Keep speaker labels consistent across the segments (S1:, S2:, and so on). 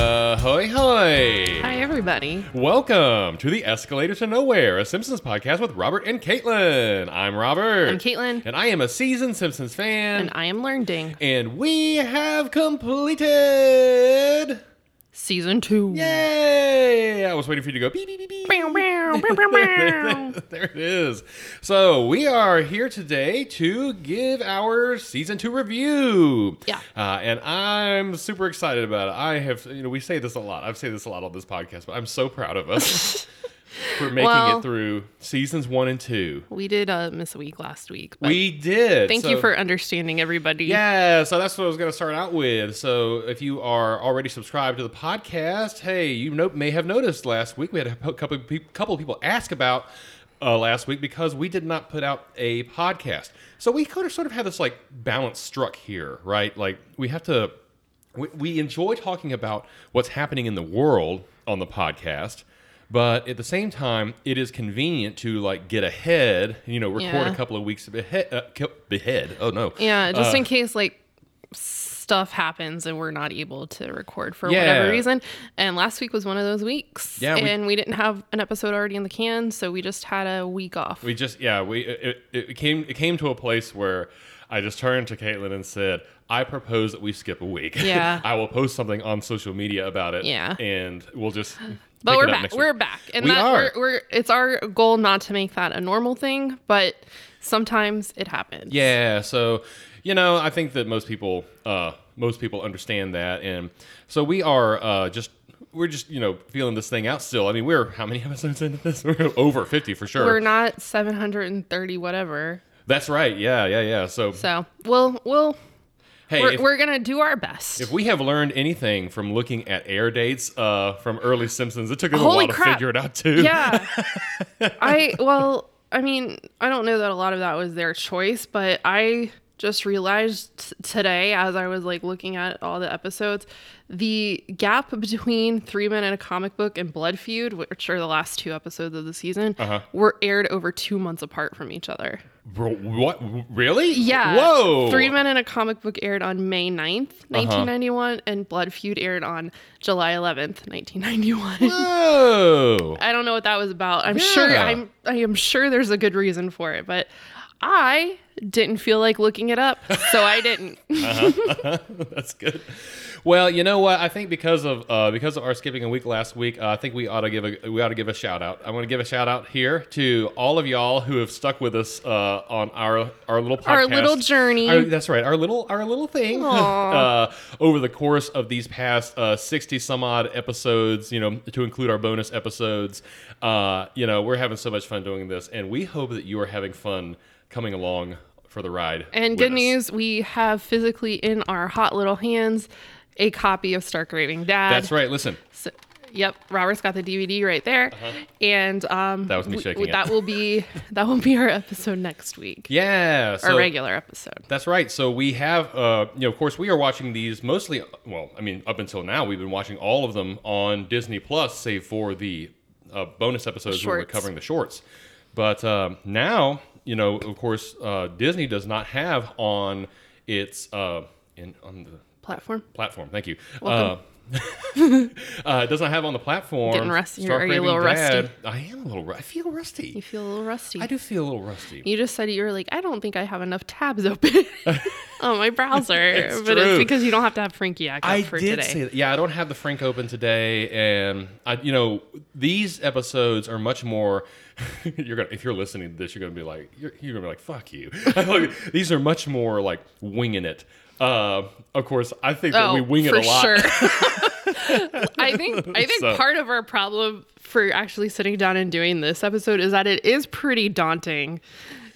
S1: Hi, hi.
S2: Hi, everybody.
S1: Welcome to the Escalator to Nowhere, a Simpsons podcast with Robert and Caitlin. I'm Robert.
S2: I'm Caitlin.
S1: And I am a seasoned Simpsons fan.
S2: And I am Learnding.
S1: And we have
S2: Mm.
S1: completed.
S2: Season two.
S1: Yay! I was waiting for you to go beep, beep, beep, beep.
S2: Bow, bow, bow, bow, bow.
S1: there it is. So we are here today to give our season two review.
S2: Yeah.
S1: Uh, and I'm super excited about it. I have, you know, we say this a lot. I've said this a lot on this podcast, but I'm so proud of us for making
S2: Well-
S1: it through seasons one and two.
S2: we did uh, miss a week last week. But
S1: We did.
S2: thank
S1: So-
S2: you for understanding, everybody.
S1: yeah, so that's what I was going to start out with. So if you are already subscribed to the podcast, hey, you no- may have noticed last week we had a po- couple of, pe- couple of people ask about uh, last week because we did not put out a podcast. So we could have sort of had this like balance struck here, right? Like we have to we, we enjoy talking about what's happening in the world on the podcast but at the same time it is convenient to like get ahead you know record
S2: Yeah.
S1: a couple of weeks ahead uh, co- behead oh no
S2: Yeah, just
S1: Uh,
S2: in case, like, stuff happens and we're not able to record for
S1: Yeah.
S2: whatever reason. And last week was one of those weeks.
S1: Yeah, we-
S2: and we didn't have an episode already in the can, so we just had a week off.
S1: we just yeah we it, it it came it came to a place where i just turned to caitlin and said i propose that we skip a week
S2: Yeah.
S1: i will post something on social media about it
S2: Yeah.
S1: and we'll just
S2: But
S1: pick
S2: we're
S1: it up
S2: back.
S1: next
S2: We're
S1: week.
S2: back, and
S1: We
S2: that
S1: are.
S2: We're, we're it's our goal not to make that a normal thing, but sometimes it happens.
S1: Yeah, so you know, I think that most people uh, most people understand that, and so we are uh, just we're just you know feeling this thing out still. I mean, we're how many episodes into this? We're over fifty for sure.
S2: we're not 730 whatever.
S1: That's right. Yeah, yeah, yeah. So,
S2: So we'll we'll
S1: hey,
S2: we're,
S1: if,
S2: we're gonna do our best.
S1: if we have learned anything from looking at air dates uh, from early Simpsons, it took us a
S2: Holy
S1: while to
S2: crap.
S1: figure it out too.
S2: yeah, I well, I mean, I don't know that a lot of that was their choice, but I just realized t- today as I was like looking at all the episodes, the gap between Three Men and a Comic Book and Blood Feud, which are the last two episodes of the season,
S1: Uh-huh.
S2: were aired over two months apart from each other.
S1: Bro, what? Really?
S2: Yeah.
S1: Whoa. Uh-huh.
S2: Three Men and a Comic Book aired on May 9th, 1991, and Blood Feud aired on July 11th, 1991.
S1: Whoa.
S2: I don't know what that was about. I'm sure
S1: Yeah.
S2: I'm I am sure there's a good reason for it, but I didn't feel like looking it up, so I didn't.
S1: That's good. Well, you know what? I think because of uh, because of our skipping a week last week, uh, I think we ought to give a we ought to give a shout out. I want to give a shout out here to all of y'all who have stuck with us uh, on our our little podcast,
S2: Our little journey.
S1: Our- that's right, our little our little thing
S2: Aw.
S1: uh, over the course of these past uh, sixty some odd episodes. You know, to include our bonus episodes. Uh, you know, we're having so much fun doing this, and we hope that you are having fun coming along for the ride.
S2: and
S1: with
S2: good
S1: us.
S2: news, we have physically in our hot little hands a copy of Stark Raving Dad.
S1: That's right. Listen.
S2: So, yep, Robert's got the DVD right there, and um,
S1: Uh-huh. That was me
S2: we-
S1: shaking it.
S2: That will be that will be our episode next week,
S1: Yeah. So
S2: our regular episode.
S1: That's right. So we have, uh, you know, of course, we are watching these mostly. Well, I mean, up until now, we've been watching all of them on Disney Plus, save for the uh, bonus episodes where we're
S2: Shorts.
S1: covering the shorts. But um, now, you know, of course, uh, Disney does not have on its uh, in on the
S2: Platform.
S1: platform. Thank you. Uh, uh, it does not have on the platform.
S2: Getting rusty.
S1: Stark
S2: Are you a
S1: Raving
S2: little rusty?
S1: Dad. I am a little. ru- I feel
S2: You
S1: rusty.
S2: feel a little rusty.
S1: I do feel a little rusty.
S2: You just said you were like, I don't think I have enough tabs open on my browser,
S1: It's
S2: but
S1: true.
S2: it's because you don't have to have Frankie act up
S1: I
S2: for
S1: did
S2: today.
S1: say that. Yeah, I don't have the Frank open today, and I, you know, these episodes are much more. you're gonna if you're listening to this, you're gonna be like, you're, you're gonna be like, fuck you. these are much more like winging it. Uh, of course, I think that
S2: Oh,
S1: we wing it
S2: for
S1: a lot.
S2: sure. I think I think
S1: So-
S2: part of our problem for actually sitting down and doing this episode is that it is pretty daunting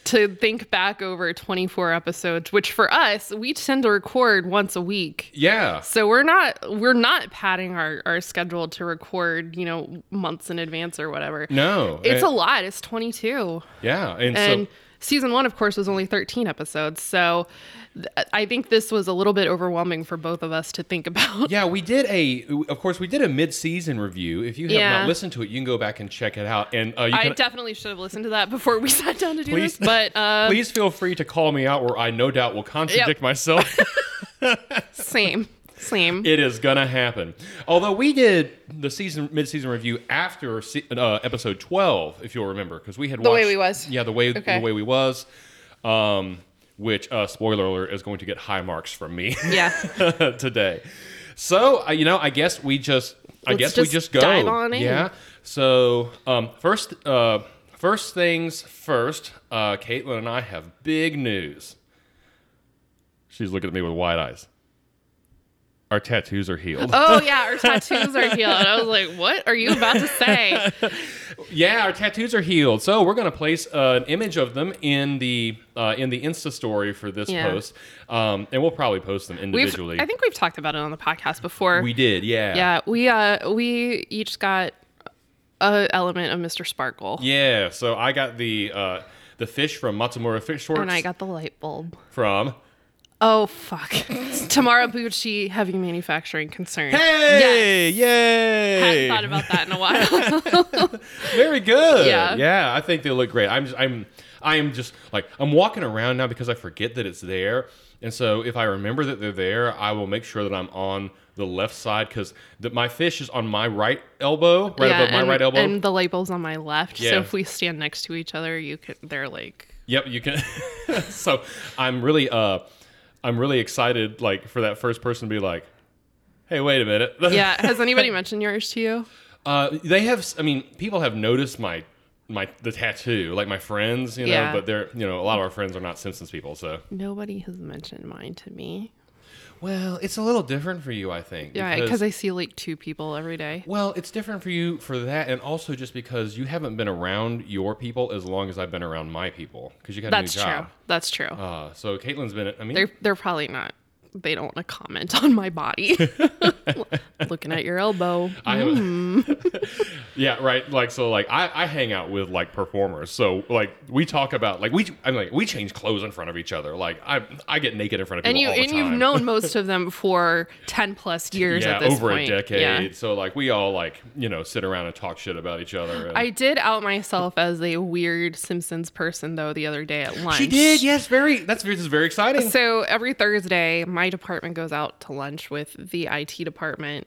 S2: to think back over 24 episodes, which for us, we tend to record once a week.
S1: Yeah,
S2: So we're not we're not padding our, our schedule to record, you know, months in advance or whatever.
S1: no,
S2: It's a
S1: and-
S2: lot. It's 22.
S1: yeah, and,
S2: And
S1: so
S2: season one, of course, was only 13 episodes. So th- I think this was a little bit overwhelming for both of us to think about.
S1: yeah, we did a. Of course, we did a mid-season review. If you have
S2: Yeah.
S1: not listened to it, you can go back and check it out. And uh, you
S2: I
S1: can
S2: definitely should have listened to that before we sat down to do
S1: Please-
S2: this. But uh,
S1: please feel free to call me out, where I no doubt will contradict myself.
S2: same. Same.
S1: It is gonna happen. Although we did the season mid-season review after se- uh, episode twelve, if you'll remember, because we had
S2: The Way
S1: watched-
S2: We Was.
S1: Yeah, the way
S2: Okay.
S1: the way we was. Um, which uh, spoiler alert is going to get high marks from me
S2: Yeah.
S1: today. So uh, you know, I guess we just, I
S2: Let's
S1: guess we
S2: just
S1: just go.
S2: dive on in.
S1: Yeah. So um, first, uh, first things first. Uh, Caitlin and I have big news. She's looking at me with wide eyes. Our tattoos are healed.
S2: Oh yeah, our tattoos are healed. I was like, what are you about to say?
S1: Yeah, our tattoos are healed. So we're gonna place uh, an image of them in the uh, in the Insta story for this
S2: Yeah.
S1: post, um, and we'll probably post them
S2: We've,
S1: individually.
S2: I think we've talked about it on the podcast before.
S1: we did, yeah.
S2: yeah, we uh we each got a element of Mr. Sparkle,
S1: Yeah, so I got the uh, the fish from Matsumura Fish Works
S2: Oh, and I got the light bulb.
S1: from.
S2: Oh fuck, Tamara Bucci, heavy manufacturing concern.
S1: Hey!
S2: I
S1: Yay!
S2: haven't thought about that in a while.
S1: Very good.
S2: Yeah.
S1: yeah, I think they look great. I'm just, I'm I am just like I'm walking around now because I forget that it's there, and so if I remember that they're there, I will make sure that I'm on the left side because my fish is on my right elbow, right above my
S2: and,
S1: right elbow.
S2: and the light bulb's on my left.
S1: Yeah.
S2: So if we stand next to each other, you could. They're like,
S1: Yep, you can. so I'm really, uh, I'm really excited, like for that first person to be like, "Hey, wait a minute."
S2: yeah. Has anybody mentioned yours to you?
S1: Uh, they have. I mean, people have noticed my my the tattoo, like my friends, you know.
S2: Yeah.
S1: But they're, you know, a lot of our friends are not Simpsons people, so.
S2: Nobody has mentioned mine to me.
S1: Well, it's a little different for you, I think.
S2: Yeah, because I see like two people every day.
S1: Well, it's different for you for that, and also just because you haven't been around your people as long as I've been around my people, because you got
S2: That's
S1: a new
S2: true.
S1: job.
S2: That's true.
S1: Uh, so Caitlin's been. I mean,
S2: they're they're probably not. They don't want to comment on my body. Looking at your elbow.
S1: I have
S2: Mm.
S1: yeah, right. Like so, like I, I hang out with like performers, so like we talk about like we I'm like we change clothes in front of each other. Like I I get naked in front of people
S2: and you
S1: all the
S2: and you've
S1: time.
S2: known most of them for ten plus years
S1: yeah,
S2: at this
S1: over
S2: point.
S1: a decade.
S2: Yeah.
S1: So like we all like you know sit around and talk shit about each other. And,
S2: I did out myself as a weird Simpsons person though the other day at lunch.
S1: she did, yes, very. That's this is very exciting.
S2: So every Thursday, my department goes out to lunch with the IT department,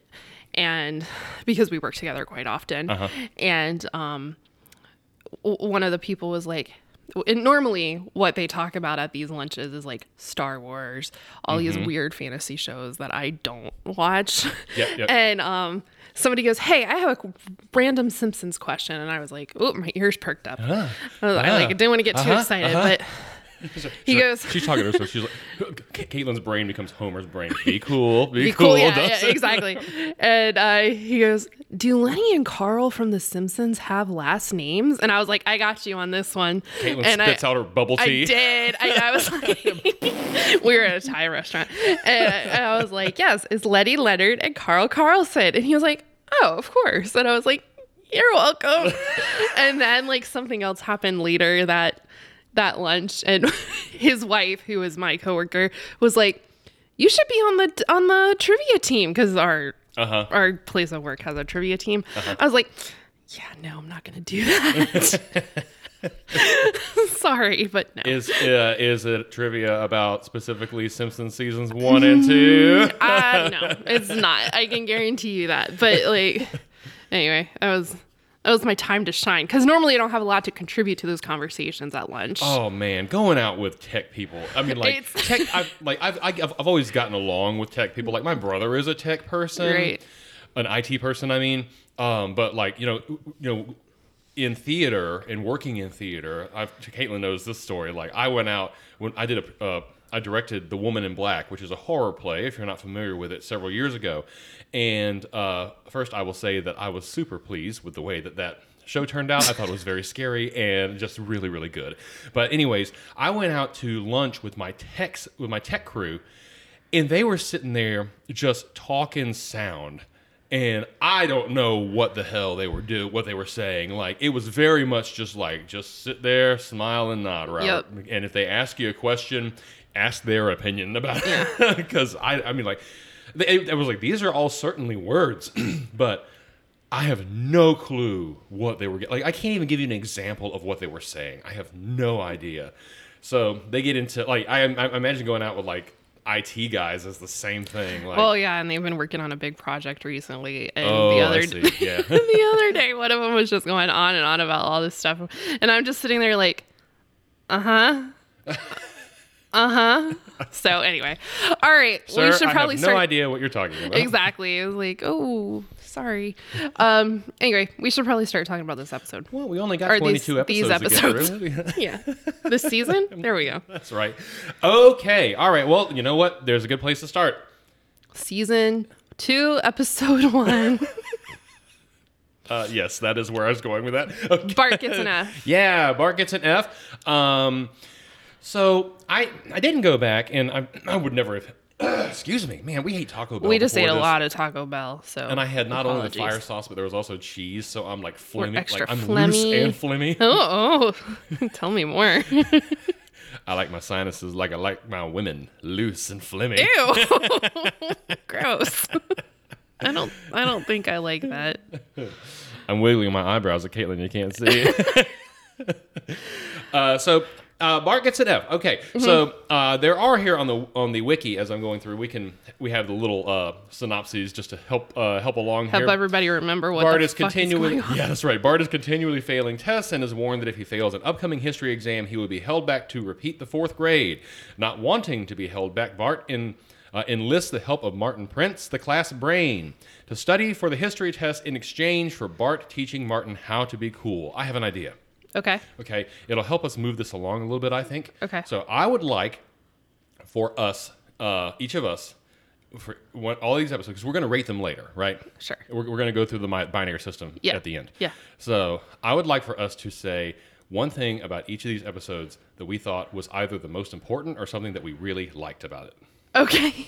S2: and because we work together quite often,
S1: Uh-huh.
S2: and um, w- one of the people was like. And normally, what they talk about at these lunches is like Star Wars, all
S1: Mm-hmm.
S2: these weird fantasy shows that I don't watch.
S1: Yep, yep.
S2: And um, somebody goes, "Hey, I have a random Simpsons question," and I was like, "Oh, my ears perked up." I, was, I,
S1: Ah.
S2: like didn't want to get too
S1: Uh-huh,
S2: excited,
S1: uh-huh.
S2: but he goes-
S1: She's talking to herself. She's like, Ca- Caitlin's brain becomes Homer's brain. Be cool. Be,
S2: be cool. Yeah,
S1: does
S2: yeah,
S1: it?
S2: exactly. And uh, he goes, "Do Lenny and Carl from The Simpsons have last names?" And I was like, "I got you on this one."
S1: Caitlin
S2: and
S1: spits
S2: I,
S1: out her bubble
S2: I
S1: tea.
S2: did. I, I was like, we were at a Thai restaurant, and I, and I was like, "Yes, it's Letty Leonard and Carl Carlson." And he was like, "Oh, of course." And I was like, "You're welcome." and then like something else happened later that that lunch, and his wife, who was my coworker, was like, "You should be on the on the trivia team because our
S1: Uh-huh.
S2: our place of work has a trivia team." I was like. Yeah, no, I'm not gonna do that. Sorry, but no.
S1: Is uh, is it trivia about specifically Simpsons seasons one and two?
S2: uh, no, it's not. I can guarantee you that. But like, anyway, that was that was my time to shine because normally I don't have a lot to contribute to those conversations at lunch.
S1: Oh man, going out with tech people. I mean, like
S2: It's-
S1: tech. I've, like I've, I've I've always gotten along with tech people. Like my brother is a tech person,
S2: Right.
S1: an IT person. I mean, um, but like you know, you know, in theater and working in theater, I've, Caitlin knows this story. Like I went out when I did a. Uh, I directed The Woman in Black, which is a horror play, if you're not familiar with it, several years ago. And uh, first, I will say that I was super pleased with the way that that show turned out. I thought it was very scary and just really, really good. But anyways, I went out to lunch with my techs with my tech crew, and they were sitting there just talking sound. And I don't know what the hell they were do what they were saying. Like it was very much just like just sit there, smile and nod, right?
S2: Yep.
S1: And if they ask you a question, ask their opinion about it. Because I, I mean, like, they, I was like, these are all certainly words, but I have no clue what they were getting. Like, I can't even give you an example of what they were saying. I have no idea. So they get into like I, I imagine going out with like IT guys as the same thing. Like,
S2: well, yeah, and they've been working on a big project recently. And
S1: Oh,
S2: the
S1: I
S2: other
S1: see, yeah.
S2: the other day, one of them was just going on and on about all this stuff, and I'm just sitting there like, uh huh, uh huh. So anyway, all right,
S1: sir,
S2: we should
S1: I
S2: probably
S1: have
S2: start.
S1: no idea what you're talking about.
S2: Exactly. It was like, oh, sorry. Um. Anyway, we should probably start talking about this episode.
S1: Well, we only got
S2: Are
S1: 22
S2: these-
S1: episodes,
S2: these
S1: to get through.
S2: Yeah. This season. There we go.
S1: That's right. Okay. All right. Well, you know what? There's a good place to start.
S2: Season two, episode one.
S1: Uh, yes, that is where I was going with that. Okay.
S2: Bart gets an F.
S1: Yeah, Bart gets an F. Um, so I I didn't go back, and I I would never have. excuse me, man. We hate Taco Bell.
S2: We just
S1: before
S2: ate a
S1: this,
S2: lot of Taco Bell, so
S1: And I had not only the
S2: apologies.
S1: fire sauce, but there was also cheese. So I'm like flimmy,
S2: extra
S1: like I'm loose
S2: phlegmy.
S1: and flimmy.
S2: Oh, oh. tell me more. Ew.
S1: I like my sinuses like I like my women loose and flimmy.
S2: Gross. I don't. I don't think I like that.
S1: I'm wiggling my eyebrows at Caitlin. You can't see. uh, so uh, Bart gets an F. Okay, so uh, there are here on the on the wiki as I'm going through. We can we have the little uh, synopses just to help uh, help along
S2: Help
S1: here.
S2: everybody remember what
S1: Bart
S2: the
S1: is
S2: fuck
S1: continually
S2: Is going on.
S1: yeah, that's right. Bart is continually failing tests and is warned that if he fails an upcoming history exam, he will be held back to repeat the fourth grade. Not wanting to be held back, Bart in, uh, enlists the help of Martin Prince, the class brain, to study for the history test in exchange for Bart teaching Martin how to be cool. I have an idea.
S2: Okay.
S1: Okay, it'll help us move this along a little bit, I think.
S2: Okay.
S1: So I would like for us, uh, each of us, for what, all these episodes, because we're going to rate them later, right?
S2: Sure.
S1: We're, we're going to go through the mi- binary system
S2: Yeah.
S1: at the end.
S2: Yeah.
S1: So I would like for us to say one thing about each of these episodes that we thought was either the most important or something that we really liked about it.
S2: Okay.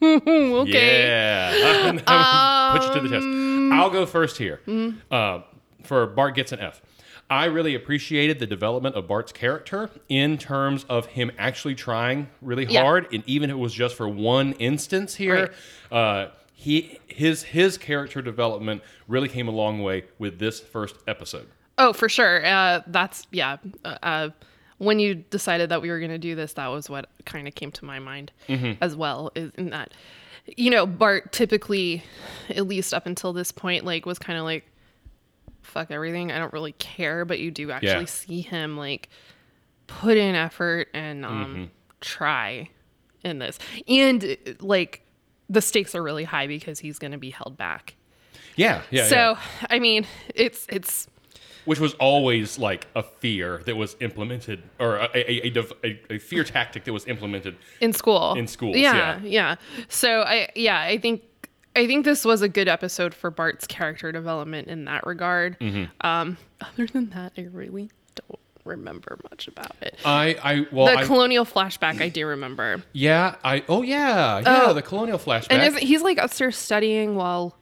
S2: okay. Um,
S1: Yeah. Put you to the test. I'll go first here.
S2: hmm.
S1: Uh, for Bart gets an F. I really appreciated the development of Bart's character in terms of him actually trying really
S2: Yeah.
S1: hard, and even if it was just for one instance here, uh, he his his character development really came a long way with this first episode.
S2: Oh, for sure. Uh, that's yeah. Uh, Uh, when you decided that we were going to do this, that was what kind of came to my mind
S1: Mm-hmm.
S2: as well. Is in that, you know, Bart typically, at least up until this point, like was kind of like, fuck everything. I don't really care. But you do actually see him like put in effort and um,
S1: Mm-hmm.
S2: try in this, and uh, like the stakes are really high because he's going to be held back.
S1: Yeah, yeah.
S2: so
S1: yeah.
S2: I mean, it's it's
S1: which was always like a fear that was implemented, or a a, a, dev- a, a fear tactic that was implemented
S2: in school
S1: In schools,
S2: yeah, yeah so i yeah i think i think this was a good episode for bart's character development in that regard
S1: Mm-hmm.
S2: um other than that i really don't remember much about it
S1: I, I well,
S2: the
S1: I,
S2: colonial flashback i do remember
S1: yeah, I, oh yeah, yeah, the colonial flashback.
S2: and isn't, he's like upstairs studying while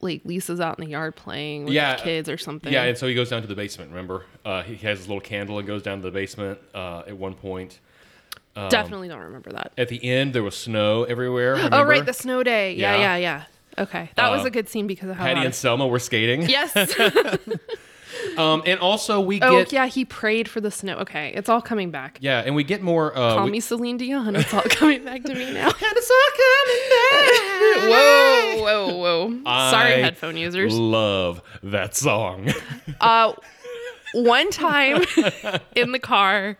S2: like lisa's out in the yard playing with
S1: Yeah.
S2: his kids or something
S1: yeah, and so he goes down to the basement. Remember, uh, he has his little candle and goes down to the basement uh, at one point. um,
S2: definitely don't remember that
S1: At the end, there was snow everywhere.
S2: oh
S1: remember?
S2: right the snow day yeah
S1: Yeah.
S2: yeah yeah, okay that was
S1: Uh,
S2: a good scene because of how
S1: Patty
S2: loud
S1: and Selma were skating.
S2: yes
S1: Um, and also we
S2: Oh
S1: get yeah.
S2: yeah, he prayed for the snow. Okay, it's all coming back.
S1: and we get more. Uh,
S2: Call
S1: we-
S2: me Celine Dion. It's all coming back to me now.
S1: And it's all coming back.
S2: whoa, whoa, whoa!
S1: I
S2: Sorry, headphone users.
S1: Love that song.
S2: Uh, one time in the car,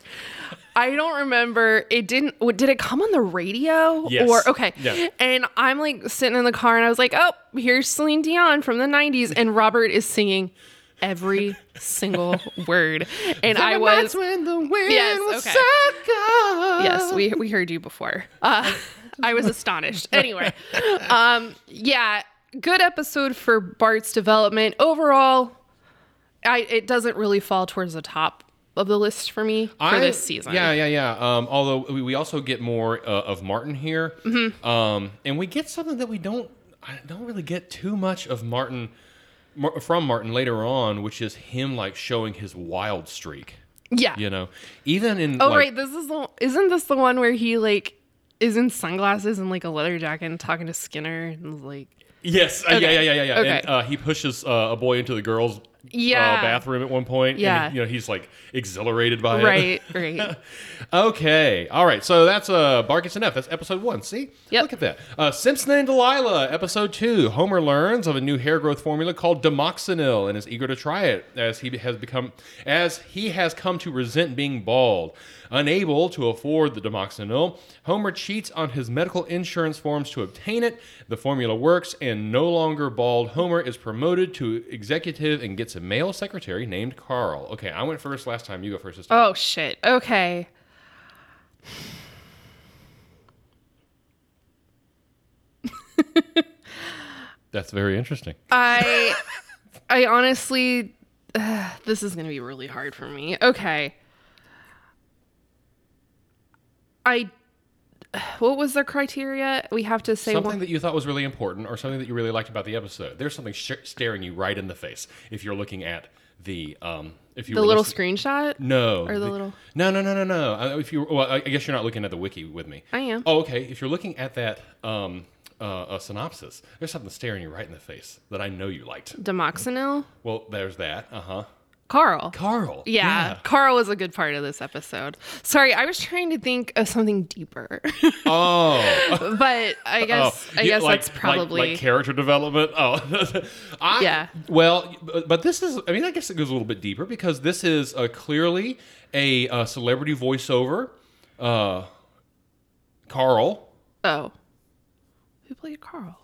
S2: I don't remember. It didn't. w- Did it come on the radio?
S1: Yes.
S2: Or okay.
S1: Yeah.
S2: And I'm like sitting in the car, and I was like, "Oh, here's Celine Dion from the '90s," and Robert is singing every single word, and I was.
S1: when the wind
S2: Yes, was okay.
S1: circle.
S2: Yes, we, we heard you before. Uh, I was astonished. Anyway, um, yeah, good episode for Bart's development. Overall, I, it doesn't really fall towards the top of the list for me for
S1: I-
S2: this season.
S1: Yeah, yeah, yeah. Um, although we, we also get more uh, of Martin here,
S2: Mm-hmm.
S1: um, and we get something that we don't I don't really get too much of Martin Mar- from Martin later on, which is him like showing his wild streak.
S2: Yeah.
S1: You know, even in
S2: Oh,
S1: like,
S2: right. This is the, isn't this the one where he like is in sunglasses and like a leather jacket and talking to Skinner and like
S1: Yes, uh, yeah,
S2: Okay.
S1: yeah, yeah, yeah, yeah.
S2: Okay.
S1: And uh, he pushes uh, a boy into the girls'
S2: Yeah.
S1: uh, bathroom at one point.
S2: Yeah.
S1: and, you know he's like exhilarated by it.
S2: Right, right.
S1: Okay. All right. So that's uh, Bar Gets Enough. That's episode one. See?
S2: Yep.
S1: Look at that. Uh, Simpson and Delilah, episode two. Homer learns of a new hair growth formula called Demoxenil and is eager to try it as he has become as he has come to resent being bald. Unable to afford the Demoxenil, Homer cheats on his medical insurance forms to obtain it. The formula works, and no longer bald, Homer is promoted to executive and gets a male secretary named Carl. Okay, I went first last time. You go first this time.
S2: Oh shit. Okay.
S1: That's very interesting.
S2: I I honestly this is going to be really hard for me. Okay. I what was the criteria? We have to say
S1: something
S2: one.
S1: that you thought was really important or something that you really liked about the episode. There's something sh- staring you right in the face if you're looking at the um if you
S2: the
S1: were
S2: little
S1: listening-
S2: screenshot.
S1: no
S2: or the little-
S1: no no no no no Uh, if you well I I guess you're not looking at the wiki with me
S2: I am.
S1: oh okay if you're looking at that um uh, a synopsis there's something staring you right in the face that I know you liked
S2: Demoxenil.
S1: well there's that uh huh
S2: Carl.
S1: Carl
S2: yeah, Carl was a good part of this episode. Sorry, I was trying to think of something deeper,
S1: Yeah. oh
S2: but I guess I
S1: yeah,
S2: guess
S1: like-
S2: that's
S1: like-
S2: probably
S1: like, character development. Oh, I,
S2: Yeah.
S1: Well, but- but this is. I mean, I guess it goes a little bit deeper because this is uh, clearly a uh, celebrity voiceover. Uh, Carl.
S2: oh, who played Carl?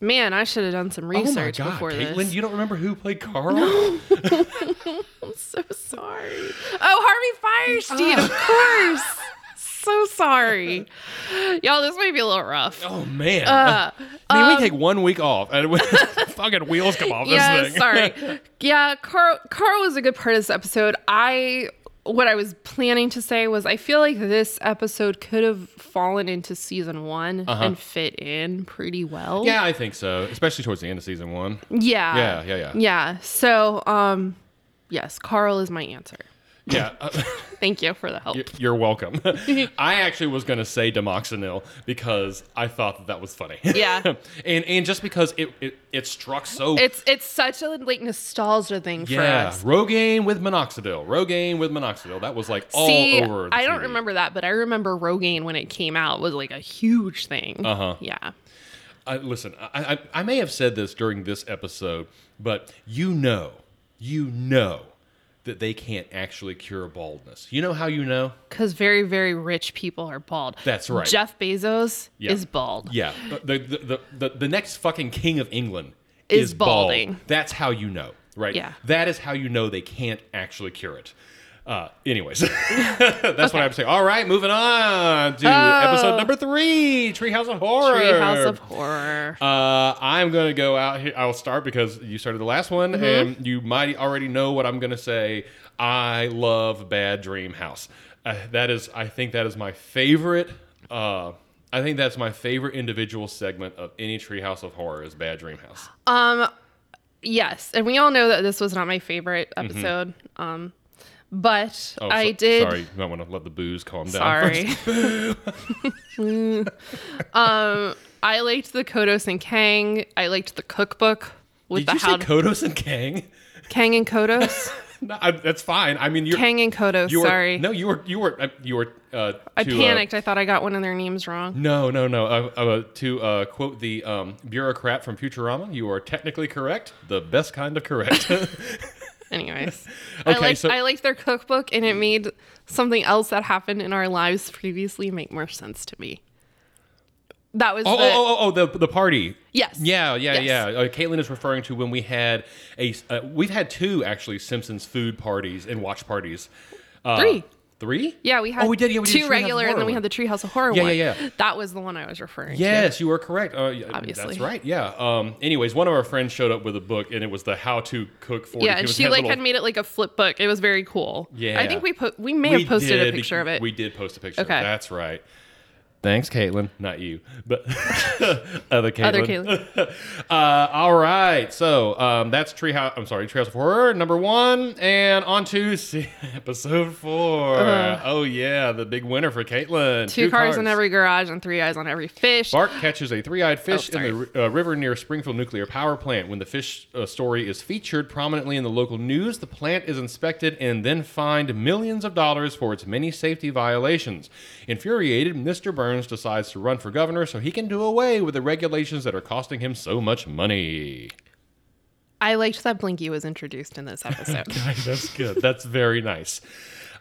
S2: Man, I should have done some research
S1: oh my God,
S2: before
S1: Caitlin,
S2: this.
S1: you don't remember who played Carl?
S2: I'm so sorry. Oh, Harvey Firestein, of
S1: Ah.
S2: course. so sorry, y'all. This might be a little rough.
S1: Oh man!
S2: Uh,
S1: I mean, we take one week off, and we, fucking wheels come off
S2: yeah,
S1: this thing.
S2: sorry. Yeah, Carl. Carl was a good part of this episode. I what I was planning to say was I feel like this episode could have fallen into season one
S1: Uh-huh.
S2: and fit in pretty well.
S1: yeah, I think so, especially towards the end of season one.
S2: Yeah.
S1: Yeah, yeah, yeah.
S2: Yeah. So, um, yes, Carl is my answer.
S1: Yeah. uh,
S2: Thank you for the help.
S1: Y- You're welcome. I actually was going to say Demoxenil because I thought that, that was funny.
S2: Yeah.
S1: and and just because it it, it struck so
S2: It's it's such a like nostalgia thing for
S1: yeah,
S2: us.
S1: Rogaine with monoxidil. Rogaine with monoxidil. That was like all
S2: See,
S1: over. the
S2: I don't
S1: TV.
S2: remember that, but I remember Rogaine when it came out was like a huge thing. Uh
S1: Uh-huh.
S2: huh. Yeah.
S1: I, listen, I, I I may have said this during this episode, but you know, you know that they can't actually cure baldness. You know how you know?
S2: Because very, very rich people are bald.
S1: That's right.
S2: Jeff Bezos
S1: Yeah.
S2: is bald.
S1: Yeah, the the, the, the the next fucking king of England
S2: Is
S1: is, bald.
S2: balding.
S1: That's how you know, right?
S2: Yeah.
S1: that is how you know they can't actually cure it. Uh, anyways, that's what I'm saying. All right, moving on to
S2: Oh.
S1: episode number three, Treehouse of Horror.
S2: Treehouse of Horror.
S1: Uh, I'm gonna go out here. I'll start because you started the last one,
S2: Mm-hmm.
S1: and you might already know what I'm gonna say. I love Bad Dream House. Uh, that is, I think that is my favorite. Uh, I think that's my favorite individual segment of any Treehouse of Horror is Bad Dream House.
S2: yes, and we all know that this was not my favorite episode. Um, but
S1: Mm-hmm. Oh,
S2: I
S1: so-
S2: did.
S1: Sorry, you might want to let the booze calm down.
S2: Sorry.
S1: first.
S2: um, I liked the Kodos and Kang. I liked the cookbook with
S1: Did
S2: the
S1: you
S2: how
S1: say Kodos and Kang?
S2: Kang and Kodos.
S1: No, I, that's fine. I mean, you're.
S2: Kang and Kodos.
S1: you were,
S2: sorry.
S1: No, you were. You were. uh, You were. Uh,
S2: I
S1: to, uh,
S2: panicked. I thought I got one of their names wrong.
S1: No, no, no. Uh, uh, to uh, quote the um, bureaucrat from Futurama, you are technically correct. The best kind of correct. Oh,
S2: Anyways, I
S1: Okay,
S2: liked
S1: so-
S2: I liked their cookbook, and it made something else that happened in our lives previously make more sense to me. That was
S1: Oh, oh,
S2: the,
S1: oh, oh, the the party.
S2: Yes.
S1: Yeah, yeah,
S2: Yes.
S1: yeah. Uh, Caitlin is referring to when we had a. Uh, we've had two actually Simpsons food parties and watch parties. Uh,
S2: Three.
S1: Three.
S2: yeah. We had
S1: Oh, we did. Yeah, we did
S2: two
S1: Treehouse
S2: regular, and then we
S1: Horror.
S2: had the Treehouse of Horror
S1: Yeah,
S2: one.
S1: yeah, yeah.
S2: That was the one I was referring to.
S1: Yes, you were correct. Uh, yeah,
S2: Obviously.
S1: that's right. Yeah. Um. Anyways, one of our friends showed up with a book, and it was the How to Cook for.
S2: Yeah, and she like had made it like a flip book. It was very cool.
S1: Yeah.
S2: I think we put we may
S1: We
S2: have posted a
S1: did,
S2: picture of it.
S1: We did post a picture.
S2: Okay.
S1: That's right. Thanks, Caitlin. Not you, but other Caitlin.
S2: Other Caitlin.
S1: Uh, all right, so um, that's Treehouse. I'm sorry, Treehouse of Horror number one, and on to se- episode four. oh yeah, the big winner for Caitlin.
S2: Uh-huh. Two, cars, in every garage and three eyes on every fish. Oh,
S1: Bart catches a three-eyed fish
S2: sorry.
S1: in the uh, river near Springfield Nuclear Power Plant. When the fish uh, story is featured prominently in the local news, the plant is inspected and then fined millions of dollars for its many safety violations. Infuriated, Mr. Burns decides to run for governor so he can do away with the regulations that are costing him so much money.
S2: I liked that Blinky was introduced in this episode.
S1: That's good. That's very nice.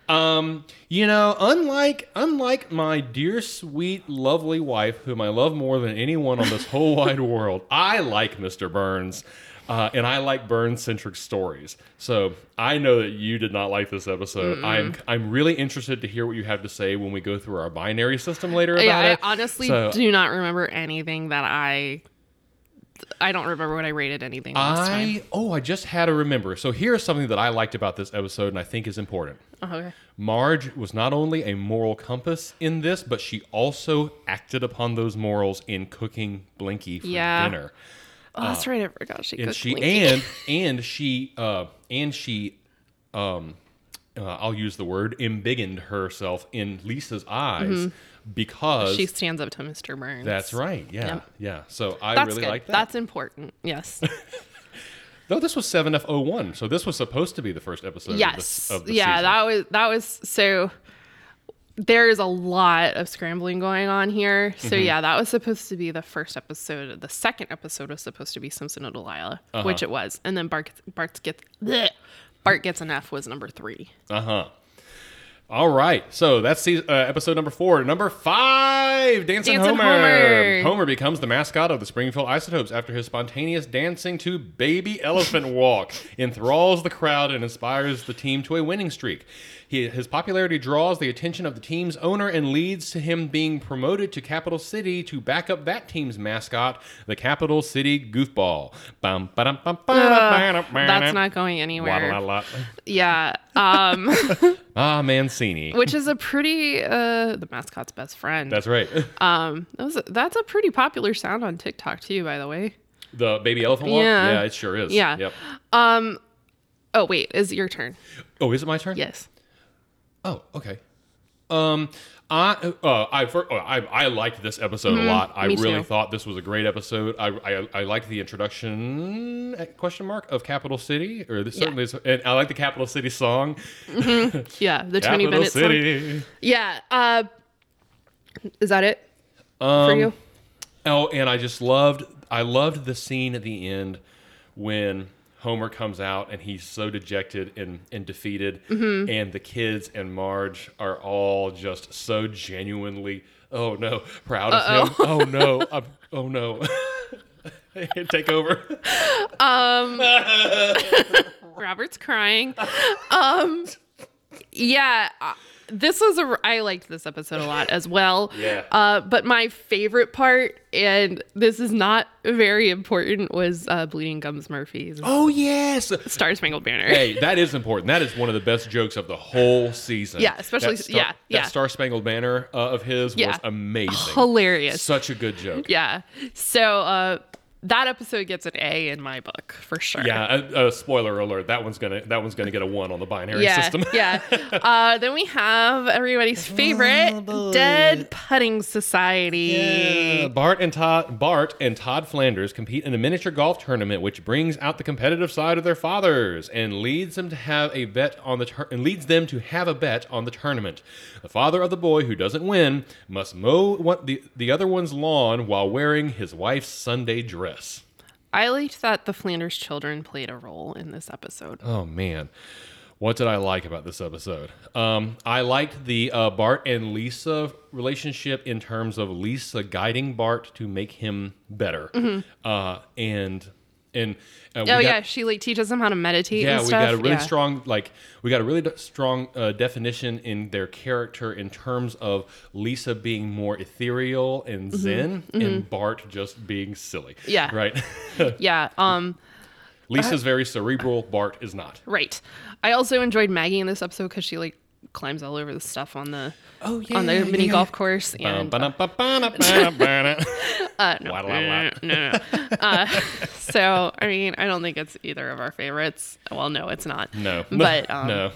S1: Um, you know, unlike unlike my dear, sweet, lovely wife, whom I love more than anyone on this whole wide world, I like Mr. Burns, uh, and I like Burns-centric stories. So I know that you did not like this episode. I'm I'm really interested to hear what you have to say when we go through our binary system later about
S2: yeah, I
S1: it.
S2: honestly
S1: So-
S2: do not remember anything that I. I don't remember what I rated anything last time.
S1: I oh, I just had to remember. So here's something that I liked about this episode, and I think is important.
S2: Oh, Okay.
S1: Marge was not only a moral compass in this, but she also acted upon those morals in cooking Blinky for
S2: Yeah.
S1: dinner.
S2: Oh, that's right. I forgot she
S1: And
S2: cooked
S1: she
S2: Blinky.
S1: and and she uh, and she um, uh, I'll use the word embiggened herself in Lisa's eyes because
S2: Mm-hmm. she stands up to Mr. Burns.
S1: that's right. Yeah,
S2: Yep.
S1: yeah. So I
S2: That's
S1: really
S2: good.
S1: like that.
S2: That's important. Yes.
S1: Though this was seven F one, so this was supposed to be the first episode. Of
S2: yes.
S1: this, of the
S2: yeah.
S1: season.
S2: That was that was so. There is a lot of scrambling going on here. So
S1: Mm-hmm.
S2: yeah, that was supposed to be the first episode. The second episode was supposed to be Simpson and Delilah,
S1: Uh-huh.
S2: which it was, and then Bart Bart gets bleh, Bart gets an F was number three.
S1: Uh huh. All right, so that's season, uh, episode number four. Number five, Dancing,
S2: Dancing
S1: Homer.
S2: Homer.
S1: becomes the mascot of the Springfield Isotopes after his spontaneous dancing to Baby Elephant Walk enthralls the crowd and inspires the team to a winning streak. He, his popularity draws the attention of the team's owner and leads to him being promoted to Capital City to back up that team's mascot, the Capital City Goofball. Bum, ba-dum, bum, ba-dum, ba-dum,
S2: That's not going anywhere.
S1: Wa-la-la-la.
S2: Yeah. Um,
S1: Ah, Mancini.
S2: which is a pretty uh, the mascot's best friend.
S1: That's right.
S2: Um, that was, that's a pretty popular sound on TikTok too, by the way.
S1: The baby elephant walk?
S2: Yeah.
S1: Yeah, it sure is.
S2: Yeah.
S1: Yep.
S2: Oh wait, is it your turn?
S1: Oh, is it my turn?
S2: Yes.
S1: Oh, okay. Um, I uh, I, fir- oh, I I liked this episode a lot. I
S2: Mm-hmm. me
S1: really
S2: too.
S1: thought this was a great episode. I I, I liked the introduction eh, question mark of Capital City, or this
S2: Yeah.
S1: certainly, is, and I like the Capital City song.
S2: Yeah, the twenty
S1: Capital
S2: minutes.
S1: City.
S2: Yeah. Uh, is that it for you?
S1: Oh, and I just loved I loved the scene at the end when Homer comes out and he's so dejected and, and defeated
S2: Mm-hmm.
S1: and the kids and Marge are all just so genuinely oh no proud of him. Oh no. I'm, oh no. Take over.
S2: Robert's crying. um, yeah, uh, this was a. I liked this episode a lot as well.
S1: Yeah.
S2: Uh, but my favorite part, and this is not very important, was uh, Bleeding Gums Murphy's
S1: Oh yes.
S2: Star Spangled Banner.
S1: Hey, that is important. That is one of the best jokes of the whole season.
S2: Yeah, especially-
S1: that
S2: yeah, yeah.
S1: That Star Spangled Banner uh, of his
S2: Yeah.
S1: was amazing.
S2: Hilarious.
S1: Such a good joke.
S2: Yeah. So uh, that episode gets an A in my book for sure.
S1: Yeah, uh, uh, spoiler alert. That one's gonna that one's gonna get a one on the binary
S2: Yeah,
S1: system.
S2: yeah. Uh, then we have everybody's favorite Dead Putting Society.
S1: Uh, Bart and Todd Bart and Todd Flanders compete in a miniature golf tournament, which brings out the competitive side of their fathers and leads them to have a bet on the tur- and leads them to have a bet on the tournament. The father of the boy who doesn't win must mow one, the the other one's lawn while wearing his wife's Sunday dress.
S2: I liked that the Flanders children played a role in this episode.
S1: Oh man, what did I like about this episode? Um, I liked the uh, Bart and Lisa relationship in terms of Lisa guiding Bart to make him better, uh, and and uh, we
S2: Mm-hmm. oh
S1: got,
S2: yeah, she like teaches them how to meditate.
S1: yeah,
S2: and
S1: we
S2: stuff.
S1: got a really
S2: Yeah.
S1: strong like we got a really d- strong uh, definition in their character in terms of Lisa being more ethereal and zen, and Bart just being silly.
S2: Mm-hmm. Yeah. Uh,
S1: right.
S2: Yeah. Um.
S1: Lisa's very cerebral. Bart is not.
S2: Right. I also enjoyed Maggie in this episode because she like climbs all over the stuff on the
S1: Oh
S2: on the mini golf course and uh, no,
S1: Wah,
S2: no,
S1: wah, wah.
S2: no, no, no, no. Uh, so I mean, I don't think it's either of our favorites. Well, no, it's not.
S1: No,
S2: but um,
S1: no.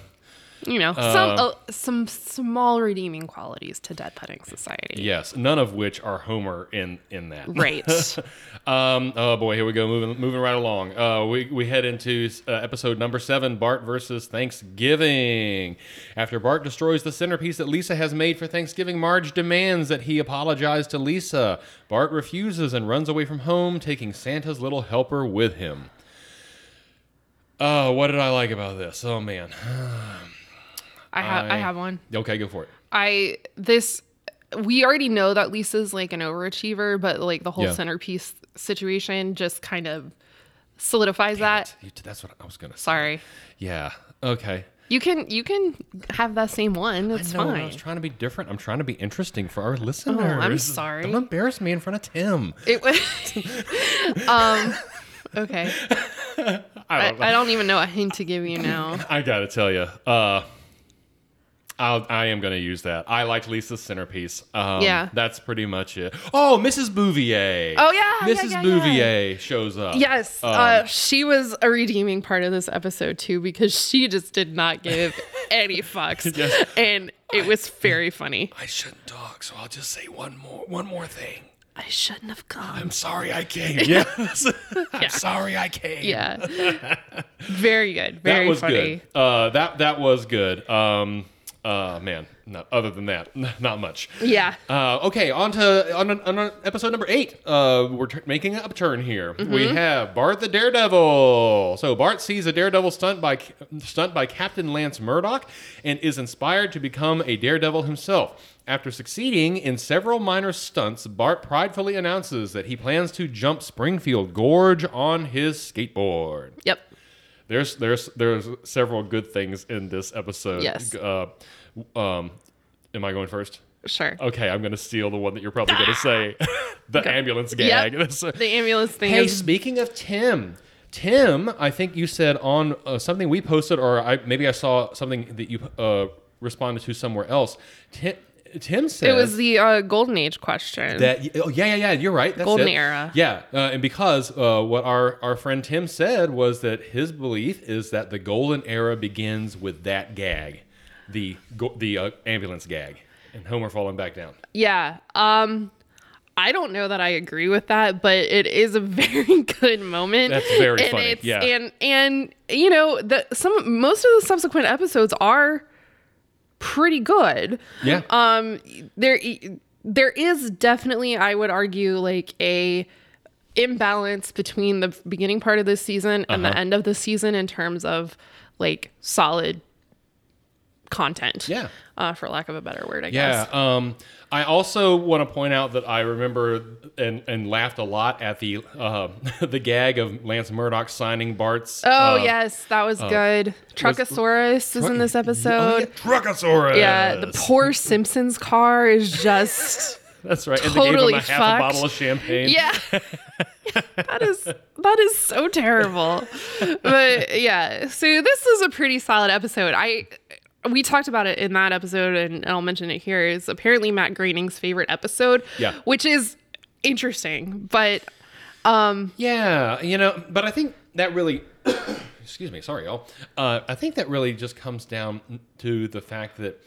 S2: you know, some
S1: Um,
S2: uh, some small redeeming qualities to Dead Putting Society.
S1: Yes, none of which are Homer in in that.
S2: Right.
S1: Um, oh boy, here we go. Moving moving right along. Uh, we we head into uh, episode number seven: Bart versus Thanksgiving. After Bart destroys the centerpiece that Lisa has made for Thanksgiving, Marge demands that he apologize to Lisa. Bart refuses and runs away from home, taking Santa's little helper with him. Oh, what did I like about this? Oh man.
S2: I have I
S1: I-
S2: have one.
S1: Okay, go for it.
S2: I this we already know that Lisa's like an overachiever, but like the whole
S1: Yeah.
S2: centerpiece situation just kind of solidifies that.
S1: You- That's what I was gonna. say.
S2: Sorry.
S1: Yeah. Okay.
S2: You can you can have that same one. It's
S1: No, I
S2: fine. Oh,
S1: was trying to be different. I'm trying to be interesting for our listeners.
S2: sorry.
S1: Don't embarrass me in front of Tim.
S2: It was um okay.
S1: I
S2: I,
S1: don't know.
S2: I don't even know what hint to give you now.
S1: I gotta tell you, uh, I'll, I am gonna use that. I liked Lisa's centerpiece. Um,
S2: Yeah.
S1: that's pretty much it. Oh, Mrs. Bouvier.
S2: Oh, yeah, yeah,
S1: Mrs.
S2: yeah,
S1: Bouvier shows up.
S2: Yes,
S1: Um,
S2: uh, she was a redeeming part of this episode too because she just did not give any fucks,
S1: Yes.
S2: and it was very funny.
S1: I shouldn't talk, so I'll just say one more one more thing.
S2: I shouldn't have come.
S1: I'm sorry I came. Yes. I'm sorry I came.
S2: Yeah. Very good. Very
S1: that was
S2: funny.
S1: good. Uh, that that was good. Um, uh, man, no, other than that, not much.
S2: Yeah.
S1: Uh, okay, on to on, on episode number eight. Uh, we're t- making an upturn here.
S2: Mm-hmm.
S1: We have Bart the Daredevil. So Bart sees a daredevil stunt by stunt by Captain Lance Murdoch and is inspired to become a daredevil himself. After succeeding in several minor stunts, Bart pridefully announces that he plans to jump Springfield Gorge on his skateboard.
S2: Yep.
S1: There's there's there's several good things in this episode.
S2: Yes.
S1: Uh, um, am I going first?
S2: Sure.
S1: Okay, I'm gonna steal the one that you're probably gonna say, the ambulance gag.
S2: Yep.
S1: That's-
S2: The ambulance thing
S1: Hey,
S2: is
S1: speaking of Tim, Tim, I think you said on uh, something we posted, or I, maybe I saw something that you uh, responded to somewhere else. Tim, Tim said
S2: it was the uh, golden age question.
S1: that oh yeah yeah yeah you're right that's
S2: Golden
S1: it.
S2: era.
S1: yeah uh, and because uh, what our our friend Tim said was that his belief is that the golden era begins with that gag the go- the uh, ambulance gag and Homer falling back down
S2: yeah. Um I don't know that I agree with that, but it is a very good moment.
S1: That's very
S2: and
S1: funny,
S2: It's,
S1: yeah.
S2: And and you know, the some most of the subsequent episodes are pretty good.
S1: yeah
S2: um there there is definitely i would argue like a imbalance between the beginning part of this season and
S1: Uh-huh.
S2: the end of the season in terms of like solid content
S1: Yeah.
S2: uh, for lack of a better word i
S1: yeah
S2: guess
S1: um I also want to point out that I remember and and laughed a lot at the uh, the gag of Lance Murdoch signing Bart's
S2: oh
S1: uh,
S2: yes that was good truckosaurus is in this
S1: oh,
S2: episode
S1: yeah, Truckosaurus
S2: yeah the poor simpsons car is just
S1: that's right and they gave
S2: totally
S1: him a half
S2: fucked.
S1: a bottle of champagne
S2: Yeah. that is that is so terrible. But yeah, so this is a pretty solid episode. I we talked about it in that episode and I'll mention it here is apparently Matt Groening's favorite episode.
S1: Yeah.
S2: Which is interesting, but
S1: Yeah, you know, but I think that really, excuse me, sorry, y'all. Uh, I think that really just comes down to the fact that,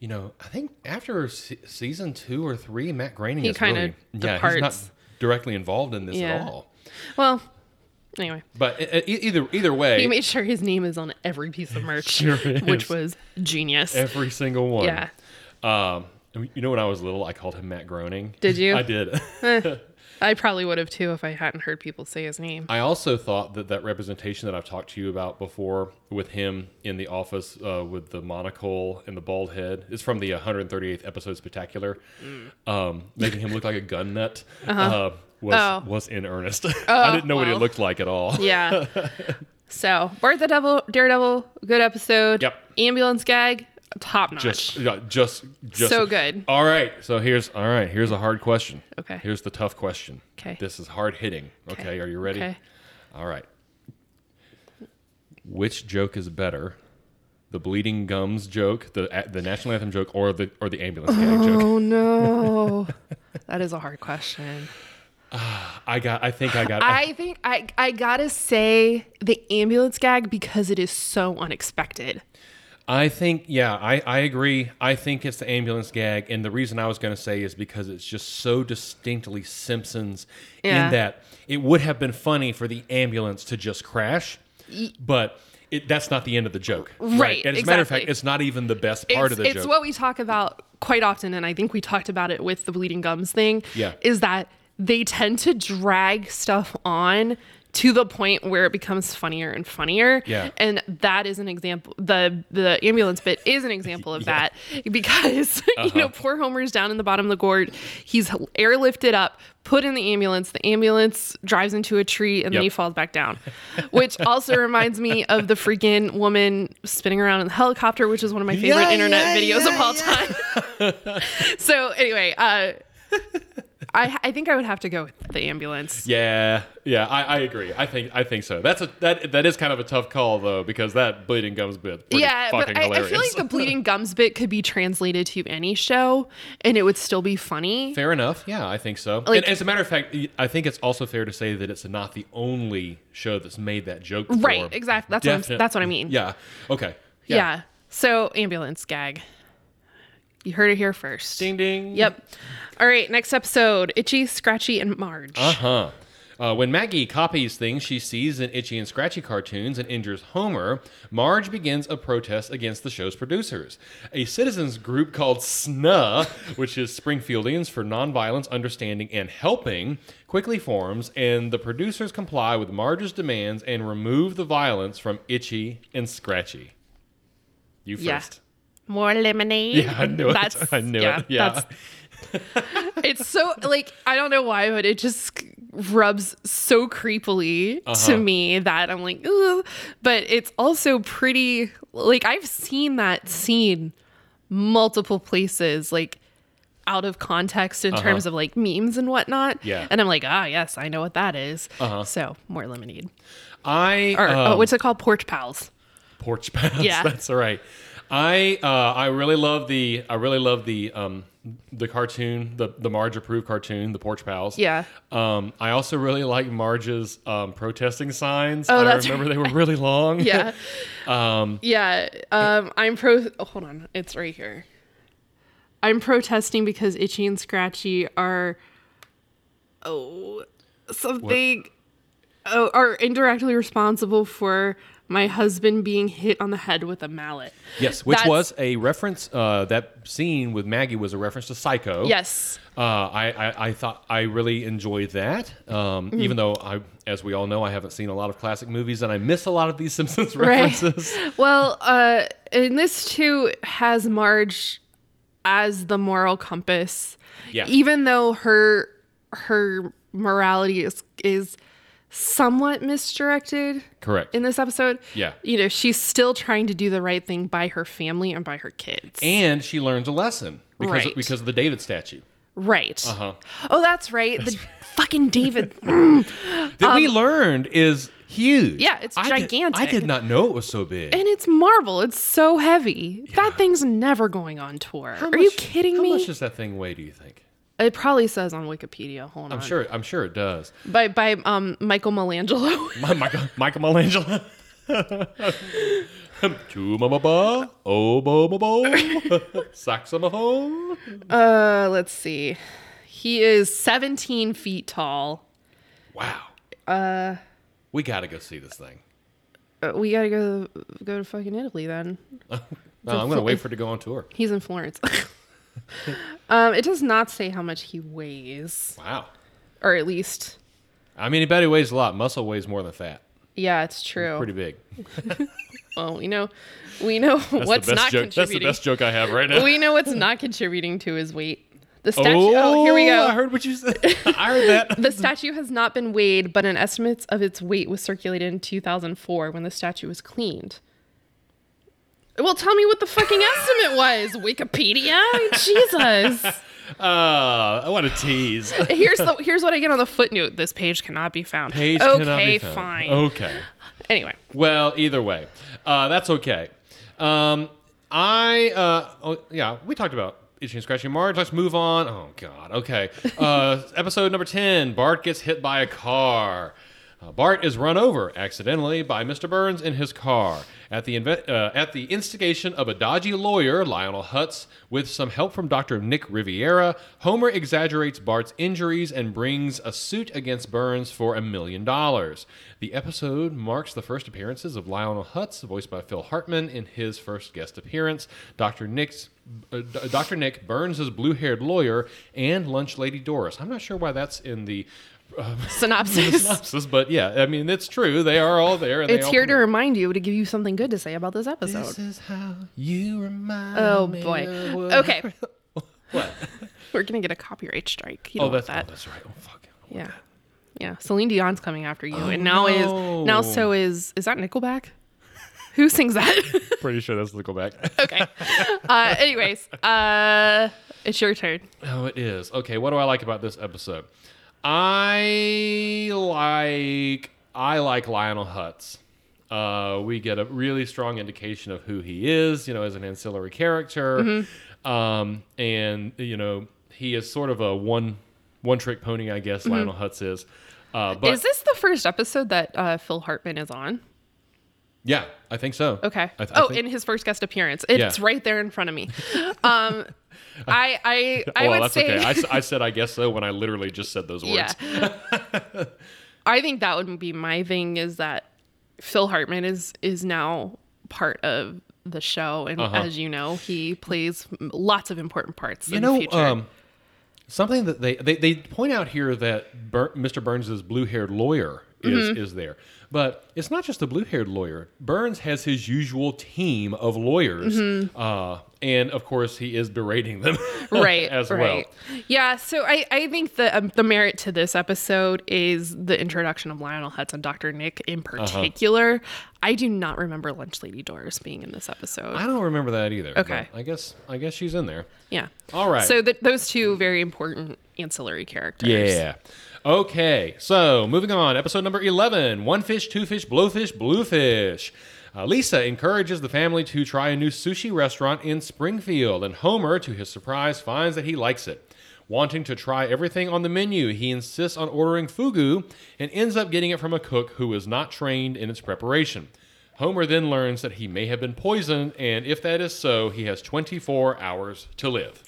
S1: you know, I think after se- season two or three, Matt Groening
S2: He
S1: is
S2: kinda
S1: really, yeah, he's
S2: departs.
S1: not directly involved in this
S2: Yeah.
S1: at all.
S2: well, anyway.
S1: But e- e- either either
S2: He
S1: way,
S2: made sure his name is on every piece of merch,
S1: Sure is.
S2: which was genius.
S1: every single one.
S2: Yeah.
S1: Um, you know, when I was little, I called him Matt Groening.
S2: Did you?
S1: I did.
S2: I probably would have too if I hadn't heard people say his name.
S1: I also thought that that representation that I've talked to you about before with him in the office uh, with the monocle and the bald head is from the 138th episode Spectacular,
S2: Mm.
S1: um, making him look like a gun nut. uh was,
S2: Uh-huh. Oh.
S1: was in earnest. I didn't know what he
S2: well.
S1: looked like at all.
S2: Yeah. so Bart the Devil, Daredevil, good episode.
S1: Yep.
S2: Ambulance gag, top notch.
S1: Just, yeah, just, just
S2: So good.
S1: All right, so here's all right. Here's a hard question.
S2: Okay.
S1: Here's the tough question.
S2: 'Kay.
S1: This is hard hitting. Okay.
S2: 'Kay.
S1: Are you ready?
S2: Okay.
S1: All right. Which joke is better, the the bleeding gums joke, the a- the national anthem joke, or the or the ambulance gag joke.
S2: Oh no, that is a hard question.
S1: I got. I think I got.
S2: I think I I gotta say the ambulance gag because it is so unexpected.
S1: I think, yeah, I, I agree. I think it's the ambulance gag. And the reason I was going to say is because it's just so distinctly Simpsons
S2: Yeah.
S1: in that it would have been funny for the ambulance to just crash, but it, that's not the end of the joke.
S2: Right,
S1: And as a matter of fact,
S2: exactly.
S1: it's not even the best part
S2: it's,
S1: of the
S2: it's
S1: joke.
S2: what we talk about quite often and i think we talked about it with the bleeding gums thing
S1: Yeah.
S2: is that they tend to drag stuff on to the point where it becomes funnier and funnier
S1: Yeah.
S2: and that is an example the the ambulance bit is an example of
S1: Yeah. Uh-huh.
S2: that because you know poor homer's down in the bottom of the gourd he's airlifted up put in the ambulance the ambulance drives into a tree and
S1: Yep.
S2: then he falls back down which also reminds me of the freaking woman spinning around in the helicopter which is one of my my favorite
S1: Yeah,
S2: internet
S1: yeah,
S2: videos
S1: yeah,
S2: of all time. so anyway, uh, I I think I would have to go with the ambulance.
S1: yeah, yeah, I, I agree. I think I think so. That's a that that is kind of a tough call though because that bleeding gums bit pretty
S2: Yeah,
S1: fucking
S2: but I, I
S1: hilarious.
S2: feel like the bleeding gums bit could be translated to any show, and it would still be funny.
S1: Fair enough. Yeah, I think so.
S2: Like-
S1: and as a matter of fact, I think it's also fair to say that it's not the only show that's made that joke. Before.
S2: Right, exactly. That's what
S1: Definite-
S2: I'm, that's what I mean.
S1: Yeah. Okay.
S2: Yeah. So ambulance gag. You heard it here first.
S1: Ding ding.
S2: Yep. All right. Next episode: Itchy, Scratchy, and Marge.
S1: Uh-huh. Uh, when Maggie copies things she sees in Itchy and Scratchy cartoons and injures Homer, Marge begins a protest against the show's producers. A citizens group called SNA, which is Springfieldians for Nonviolence, Understanding, and Helping, quickly forms, and the producers comply with Marge's demands and remove the violence from Itchy and Scratchy. You
S2: Yeah.
S1: first.
S2: More lemonade.
S1: Yeah, I knew it.
S2: That's-
S1: I knew
S2: yeah,
S1: it. Yeah.
S2: that's- it's so like I don't know why, but it just rubs so creepily
S1: Uh-huh.
S2: to me that I'm like, ooh. But it's also pretty like I've seen that scene multiple places, like out of context in terms of like memes and whatnot.
S1: Uh-huh. Yeah.
S2: And I'm like, ah, yes, I know what that is.
S1: Uh-huh.
S2: So more lemonade.
S1: I
S2: Or
S1: um,
S2: oh, what's it called? Porch pals.
S1: porch pass.
S2: Yeah.
S1: that's right. I uh, I really love the I really love the um, the cartoon the the Marge approved cartoon the Porch Pals.
S2: Yeah.
S1: Um, I also really like Marge's um, protesting signs.
S2: Oh,
S1: I
S2: that's
S1: remember they were really long.
S2: Yeah.
S1: um,
S2: Yeah, um, I'm pro. Oh, hold on, it's right here. I'm protesting because Itchy and Scratchy are, oh, something, oh, are indirectly responsible for my husband being hit on the head with a mallet.
S1: yes, which
S2: That's-
S1: was a reference. Uh, that scene with Maggie was a reference to Psycho.
S2: Yes,
S1: Uh, I, I I thought I really enjoyed that. Um,
S2: Mm-hmm.
S1: Even though I, as we all know, I haven't seen a lot of classic movies and I miss a lot of these Simpsons references.
S2: Well, uh, and this too has Marge as the moral compass.
S1: Yeah.
S2: Even though her her morality is is somewhat misdirected
S1: Correct.
S2: in this episode.
S1: Yeah.
S2: You know, she's still trying to do the right thing by her family and by her kids.
S1: and she learns a lesson because
S2: Right.
S1: because of the David statue.
S2: right.
S1: Uh-huh.
S2: Oh, that's right. The fucking David. Mm,
S1: That we learned is huge.
S2: Um, Yeah, it's
S1: I did- I
S2: gigantic.
S1: did not know it was so big.
S2: And it's marble. It's so heavy. That thing's never going on tour. Are you kidding
S1: how
S2: me?
S1: How much does that thing weigh? Do you think?
S2: It probably says on Wikipedia. Hold on.
S1: I'm sure. I'm sure it does.
S2: By by um Michael Melangelo.
S1: My, Michael, Michael Michelangelo. To mama ba, oh bo bo bo, saxophone.
S2: uh, let's see. He is 17 feet tall.
S1: Wow. Uh, we gotta go see this thing.
S2: Uh, we gotta go go to fucking Italy then.
S1: No, I'm gonna wait for it to go on tour.
S2: He's in Florence. um, it does not say how much he weighs,
S1: Wow.
S2: or at least,
S1: I mean, anybody weighs a lot. Muscle weighs more than fat.
S2: yeah, it's true.
S1: Pretty big.
S2: well, we know, we know what's
S1: the best joke.
S2: not
S1: That's the
S2: contributing.
S1: best joke I have right now.
S2: we know what's not contributing to his weight. The statue. Oh, here we go.
S1: I heard what you said. I heard that.
S2: The statue has not been weighed, but an estimate of its weight was circulated in 2004 when the statue was cleaned. Well, tell me what the fucking estimate was, Wikipedia. Jesus.
S1: Uh, I want to tease.
S2: Here's the here's what I get on the footnote. This page cannot be found.
S1: Page
S2: okay,
S1: cannot be found. Oh.
S2: fine.
S1: Okay.
S2: Anyway,
S1: Well, either way, uh, that's okay. Um, I uh, oh, yeah, we talked about itching and scratching Marge. Let's move on. Oh God, okay. Uh, episode number ten. Bart gets hit by a car. Uh, Bart is run over accidentally by Mr. Burns in his car at the inve- uh, at the instigation of a dodgy lawyer, Lionel Hutz, with some help from Dr. Nick Riviera. Homer exaggerates Bart's injuries and brings a suit against Burns for a million dollars. The episode marks the first appearances of Lionel Hutz, voiced by Phil Hartman, in his first guest appearance. Dr. Nick's uh, D- Dr. Nick Burns' blue-haired lawyer and lunch lady Doris. I'm not sure why that's in the
S2: Synopsis.
S1: synopsis, but yeah, I mean it's true. They are all there. And they
S2: It's
S1: all
S2: here to remind you to give you something good to say about this episode.
S1: This is how you remind
S2: oh
S1: me
S2: boy.
S1: of what-
S2: Okay,
S1: What?
S2: we're gonna get a copyright strike. You
S1: Oh,
S2: don't want
S1: that's
S2: that.
S1: oh, that's right. Oh fuck.
S2: Yeah. Yeah. Celine Dion's coming after you. and now is now
S1: no.
S2: so is is that Nickelback? Who sings that?
S1: Pretty sure that's the go back.
S2: okay. Uh anyways, uh it's your turn.
S1: oh, it is. Okay, what do I like about this episode? I like I like Lionel Hutz. Uh, we get a really strong indication of who he is, you know, as an ancillary character.
S2: Mm-hmm.
S1: Um, and you know, he is sort of a one one trick pony, I guess. Lionel Hutz is. Uh, but
S2: Mm-hmm. is this the first episode that uh Phil Hartman is on?
S1: yeah, I think so.
S2: Okay.
S1: I th- I
S2: oh,
S1: think-
S2: in his first guest appearance. It's
S1: Yeah.
S2: right there in front of me. Um I I I
S1: well,
S2: would
S1: Oh, that's
S2: say
S1: okay. I, s- I said I guess so when I literally just said those words.
S2: Yeah. I think that would be my thing is that Phil Hartman is is now part of the show and
S1: Uh-huh.
S2: as you know, he plays m- lots of important parts
S1: You
S2: in the
S1: know,
S2: future.
S1: um, something that they, they they point out here that Bur- Mr. Burns' blue-haired lawyer is
S2: Mm-hmm.
S1: is there, but it's not just the blue-haired lawyer. Burns has his usual team of lawyers,
S2: Mm-hmm.
S1: uh, and of course he is berating them,
S2: right
S1: as well.
S2: right. Yeah, so I I think the um, the merit to this episode is the introduction of Lionel Hutz and Dr. Nick in
S1: Uh-huh.
S2: particular. I do not remember Lunch Lady Doris being in this episode.
S1: I don't remember that either. but
S2: Okay.
S1: I guess I guess she's in there.
S2: yeah.
S1: All right.
S2: So th- those two very important ancillary characters.
S1: Yeah. Okay, so moving on, episode number 11 One Fish, Two Fish, Blowfish, Bluefish. Uh, Lisa encourages the family to try a new sushi restaurant in Springfield, and Homer, to his surprise, finds that he likes it. Wanting to try everything on the menu, he insists on ordering fugu and ends up getting it from a cook who is not trained in its preparation. Homer then learns that he may have been poisoned, and if that is so, he has 24 hours to live.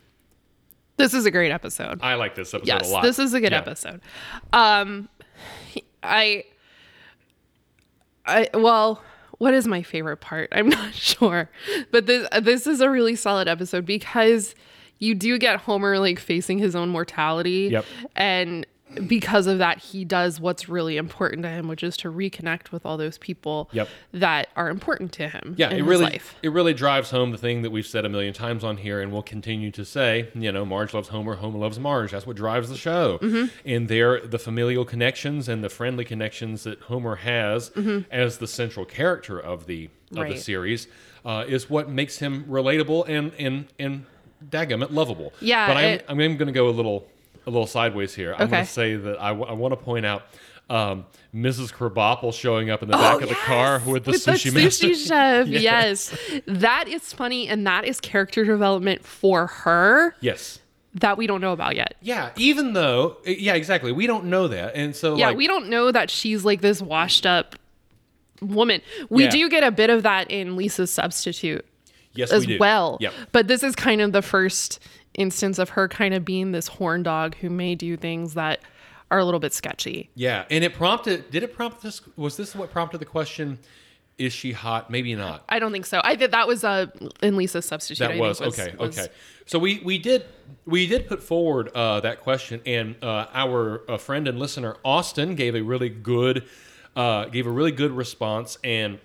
S2: This is a great episode.
S1: I like this episode
S2: yes
S1: a lot.
S2: this is a good
S1: Yeah.
S2: episode um i i well what is my favorite part i'm not sure but this this is a really solid episode because you do get homer like facing his own mortality
S1: Yep.
S2: and because of that he does what's really important to him which is to reconnect with all those people
S1: Yep.
S2: that are important to him
S1: Yeah,
S2: in
S1: it
S2: his
S1: really
S2: life.
S1: it really drives home the thing that we've said a million times on here, and we'll continue to say. You know, Marge loves Homer, Homer loves Marge. That's what drives the show,
S2: Mm-hmm.
S1: and there the familial connections and the friendly connections that Homer has as the central character of the of the
S2: Mm-hmm. Right.
S1: series uh, is what makes him relatable and and and daggum lovable.
S2: Yeah,
S1: but I'm
S2: it-
S1: I'm going to go a little a little sideways here. I'm going
S2: Okay.
S1: to say that I want to point out. Um, Mrs. Krabappel showing up in the back of the car with the
S2: Oh, with the
S1: sushi
S2: sushi
S1: master.
S2: chef. yes. That is funny and that is character development for her
S1: Yes.
S2: that we don't know about yet.
S1: Yeah, even though, eh, yeah, exactly. We don't know that, and so
S2: Yeah,
S1: like,
S2: we don't know that she's like this washed up woman. We
S1: Yeah.
S2: do get a bit of that in Lisa's substitute
S1: yes,
S2: as
S1: we do.
S2: well.
S1: Yep.
S2: But this is kind of the first instance of her kind of being this horn dog who may do things that are a little bit sketchy.
S1: Yeah, and it prompted. Did it prompt this? Was this what prompted the question? Is she hot? Maybe not.
S2: I don't think so. I think that was uh, in Lisa's substitute. I
S1: That
S2: think,
S1: was, okay.
S2: was-
S1: okay. So we we did we did put forward uh, that question, and uh, our uh, friend and listener Austin gave a really good uh, gave a really good response, and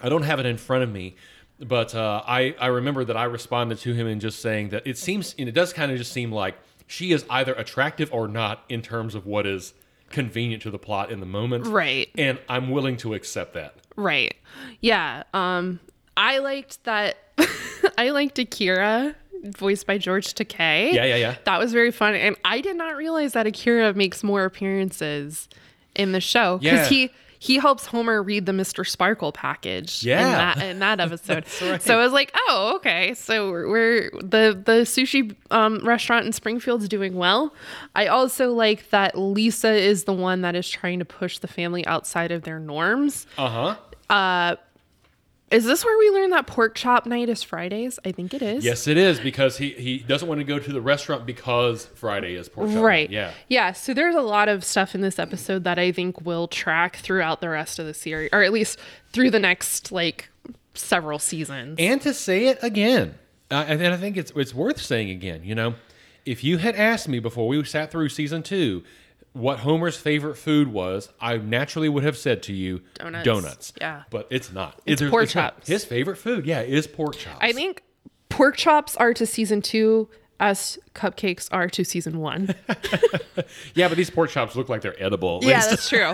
S1: I don't have it in front of me. But uh, I, I remember that I responded to him in just saying that it seems, and it does kind of just seem like she is either attractive or not in terms of what is convenient to the plot in the moment.
S2: Right.
S1: And I'm willing to accept that.
S2: Right. Yeah. Um I liked that I liked Akira voiced by George Takei.
S1: Yeah, yeah, yeah.
S2: That was very fun and I did not realize that Akira makes more appearances in the show
S1: Yeah.
S2: cuz he he helps Homer read the Mr. Sparkle package
S1: Yeah.
S2: in that in that episode.
S1: right.
S2: So I was like, oh, okay. So we're, we're the the sushi um, restaurant in Springfield's doing well. I also like that Lisa is the one that is trying to push the family outside of their norms.
S1: Uh huh.
S2: Is this where we learned that pork chop night is Fridays? I think it is.
S1: Yes, it is because he he doesn't want to go to the restaurant because Friday is pork chop. night.
S2: Right.
S1: Yeah.
S2: Yeah. So there's a lot of stuff in this episode that I think will track throughout the rest of the series, or at least through the next like several seasons.
S1: and to say it again, uh, and and I think it's it's worth saying again. You know, if you had asked me before we sat through season two what Homer's favorite food was, I naturally would have said to you
S2: Donuts.
S1: Donuts.
S2: Yeah.
S1: but it's not.
S2: It's
S1: It-
S2: pork
S1: not.
S2: chops.
S1: His favorite food, yeah, is pork chops.
S2: I think pork chops are to season two as cupcakes are to season one.
S1: yeah, but these pork chops look like they're edible. at least.
S2: that's true.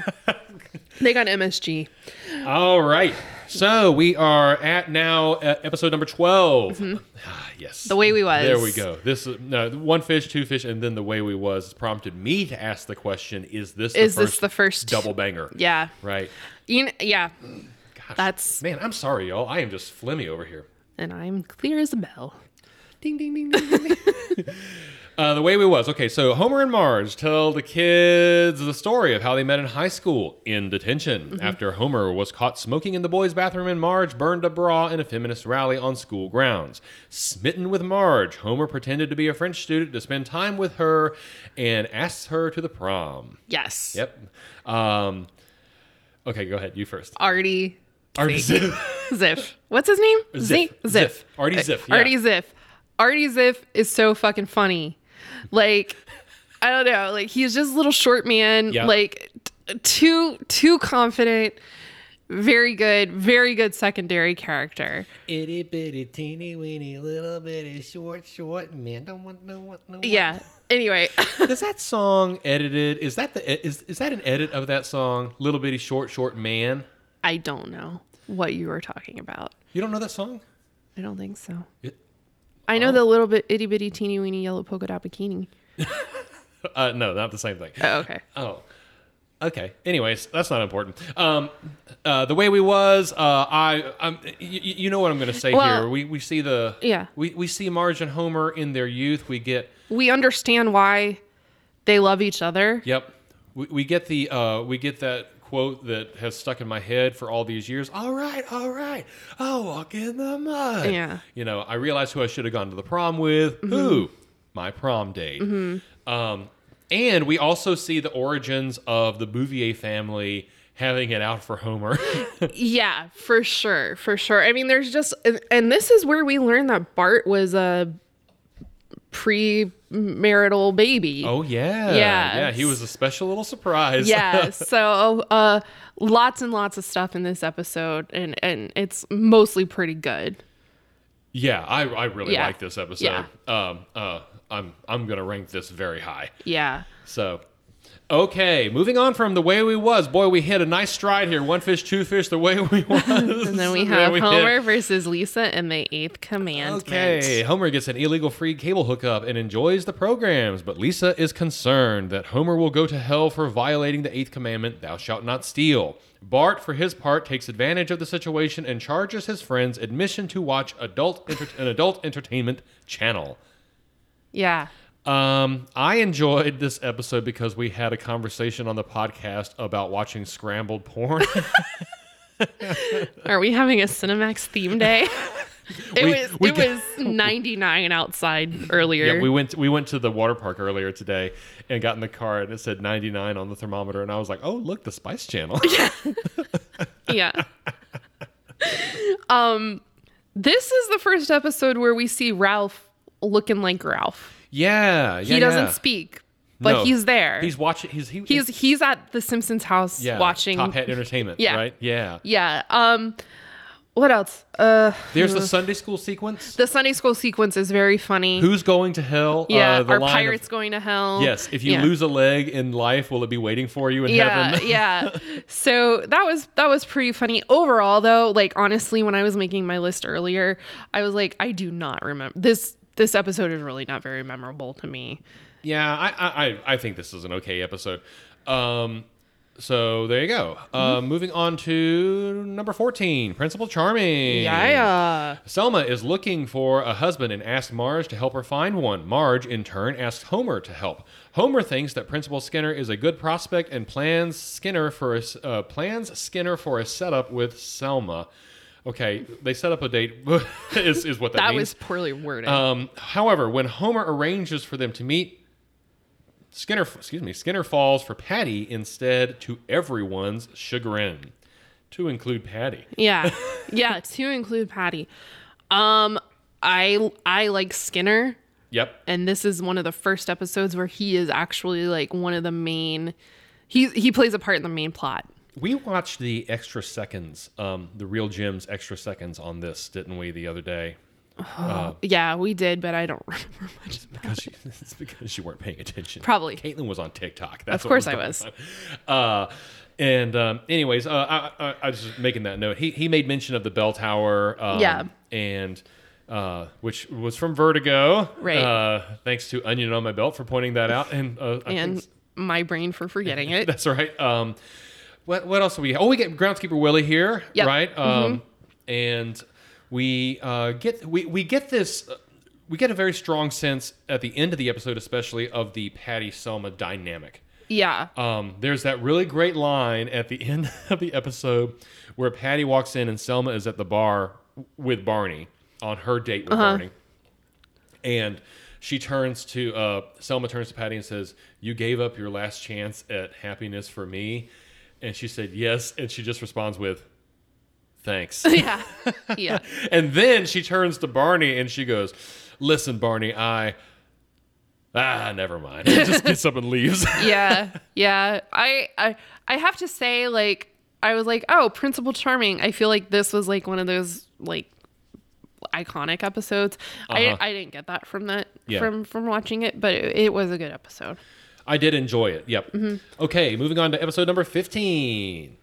S2: they got MSG.
S1: All right. So we are at now uh, episode number 12 Ah, yes. The
S2: Mm-hmm. Way We Was.
S1: There we go. This is no one fish, two fish, and then the way we was has prompted me to ask the question: Is this
S2: Is
S1: the
S2: this
S1: first
S2: the first-
S1: double banger?
S2: Yeah.
S1: Right.
S2: You kn- yeah.
S1: Gosh.
S2: That's-
S1: man. I'm sorry, y'all. I am just flimmy over here.
S2: And I'm clear as a bell.
S1: Ding ding ding ding. ding. Uh, the way we was okay. So Homer and Marge tell the kids the story of how they met in high school in detention after Homer was caught smoking in the boys' bathroom and Marge burned a bra in a feminist rally on school grounds. Smitten with Marge, Homer pretended to be a French student to spend time with her and asks her to the prom.
S2: Yes.
S1: Yep. Um, okay, go ahead. You first.
S2: Artie
S1: Artie Ziff.
S2: Ziff. What's his name?
S1: Ziff.
S2: Ziff.
S1: Ziff.
S2: Ziff.
S1: Artie
S2: Uh,
S1: Ziff, yeah.
S2: Artie Ziff. Artie Ziff is so fucking funny. Like, I don't know. Like he's just a little short man.
S1: Yeah.
S2: Like t- too too confident. Very good. Very good secondary character.
S3: Itty bitty teeny weeny little bitty short short man don't want no one no one.
S2: Yeah. Anyway,
S1: Is that song edited? Is that the is is that an edit of that song? Little bitty short short man.
S2: I don't know what you were talking about.
S1: You don't know that song?
S2: I don't think so.
S1: It-
S2: I know the little bit itty bitty teeny weeny yellow polka dot bikini.
S1: Uh, no, not the same thing.
S2: Oh, okay.
S1: Oh, okay. Anyways, that's not important. Um, uh, the way we was, uh, I, I'm, y- y- you know what I'm going to say
S2: Well-
S1: here. We we see the
S2: Yeah.
S1: We we see Marge and Homer in their youth. We get
S2: We understand why they love each other.
S1: Yep. We, we get the uh, we get that quote that has stuck in my head for all these years. All right, all right. I'll walk in the mud.
S2: Yeah. Mm-hmm.
S1: You know, I realized who I should have gone to the prom with. Who? My prom date. Um, and we also see the origins of the Bouvier family having it out for Homer.
S2: Yeah, for sure, for sure. I mean, there's just, and, and this is where we learned that Bart was a premarital baby.
S1: oh yeah.
S2: Yes.
S1: Yeah. He was a special little surprise.
S2: Yeah, so uh, lots and lots of stuff in this episode, and and it's mostly pretty good.
S1: yeah. I, I really
S2: Yeah.
S1: like this episode. Um, uh, I'm I'm gonna rank this very high.
S2: Yeah,
S1: So, okay, moving on from the way we was. Boy, we hit a nice stride here. One fish, two fish, the way we was.
S2: and then we
S1: And
S2: have
S1: we hit-
S2: Homer versus Lisa and the Eighth Commandment.
S1: Okay, Homer gets an illegal free cable hookup and enjoys the programs, but Lisa is concerned that Homer will go to hell for violating the eighth commandment, thou shalt not steal. Bart, for his part, takes advantage of the situation and charges his friends admission to watch adult enter- an adult entertainment channel.
S2: Yeah.
S1: Um, I enjoyed this episode because we had a conversation on the podcast about watching scrambled porn.
S2: Are we having a Cinemax theme day? it
S1: We-
S2: was
S1: we
S2: it
S1: got-
S2: was 99 outside earlier.
S1: yeah, we went we went to the water park earlier today and got in the car and it said 99 on the thermometer and I was like, "Oh, look, the Spice Channel."
S2: yeah. um this is the first episode where we see Ralph looking like Ralph.
S1: yeah, yeah.
S2: He doesn't
S1: yeah.
S2: speak, but
S1: No.
S2: he's there.
S1: He's watching he's he,
S2: he's he's at the Simpsons house
S1: yeah,
S2: watching
S1: Top Hat Entertainment,
S2: Yeah.
S1: right? Yeah.
S2: Yeah. Um what else? Uh
S1: There's the Sunday school sequence.
S2: the Sunday school sequence is very funny.
S1: Who's going to hell?
S2: yeah,
S1: uh, the
S2: are
S1: line of-
S2: pirates going to hell?
S1: Yes, if you
S2: Yeah.
S1: lose a leg in life, will it be waiting for you in
S2: yeah
S1: heaven?
S2: yeah so that was that was pretty funny overall though like honestly when i was making my list earlier i was like i do not remember this this episode is really not very memorable to me
S1: Yeah, I, I, I- I think this is an okay episode. Um, So there you go. Uh,
S2: Mm-hmm.
S1: moving on to number 14, Principal Charming.
S2: Yeah.
S1: Selma is looking for a husband and asks Marge to help her find one. Marge, in turn, asks Homer to help. Homer thinks that Principal Skinner is a good prospect and plans Skinner for a, s- uh, plans Skinner for a setup with Selma. Okay, they set up a date. is, is what that,
S2: That
S1: means.
S2: was poorly worded.
S1: Um, however, when Homer arranges for them to meet, Skinner, excuse me, Skinner falls for Patty instead to everyone's chagrin, to include Patty.
S2: yeah. Yeah, to include Patty. Um I I like Skinner
S1: Yep.
S2: and this is one of the first episodes where he is actually like one of the main he he plays a part in the main plot.
S1: We watched the extra seconds, um, the real Jim's extra seconds on this, didn't we, the other day? Oh.
S2: Yeah, we did, but I don't remember much about
S1: Because you, it's because you weren't paying attention.
S2: Probably.
S1: Caitlin was on TikTok. That's
S2: Of
S1: what was
S2: course I
S1: going
S2: was.
S1: on. Uh, and um, anyways, uh, I, I, I was just making that note. He, he made mention of the bell tower. Um,
S2: Yeah.
S1: And uh, which was from Vertigo.
S2: Right.
S1: Uh, thanks to Onion on my belt for pointing that out. And, uh, I think
S2: and my brain for forgetting it.
S1: That's right. Um, what what else do we? Oh, we get groundskeeper Willie here,
S2: Yep.
S1: right? Um, and we uh, get we we get this. uh, We get a very strong sense at the end of the episode, especially of the Patty Selma dynamic.
S2: Yeah.
S1: Um, there's that really great line at the end of the episode where Patty walks in and Selma is at the bar with Barney on her date with Barney. And she turns to uh, Selma turns to Patty and says, "You gave up your last chance at happiness for me," and she said yes, and she just responds with, "Thanks."
S2: yeah. Yeah.
S1: and then she turns to Barney and she goes, "Listen, Barney, I ah, never mind." just gets up and leaves.
S2: yeah yeah I, I i have to say like i was like oh principal charming i feel like this was like one of those like iconic episodes
S1: Uh-huh.
S2: i i didn't get that from that
S1: Yeah.
S2: from from watching it but it, it was a good episode
S1: I did enjoy it. Yep.
S2: Mm-hmm.
S1: Okay, moving on to episode number 15.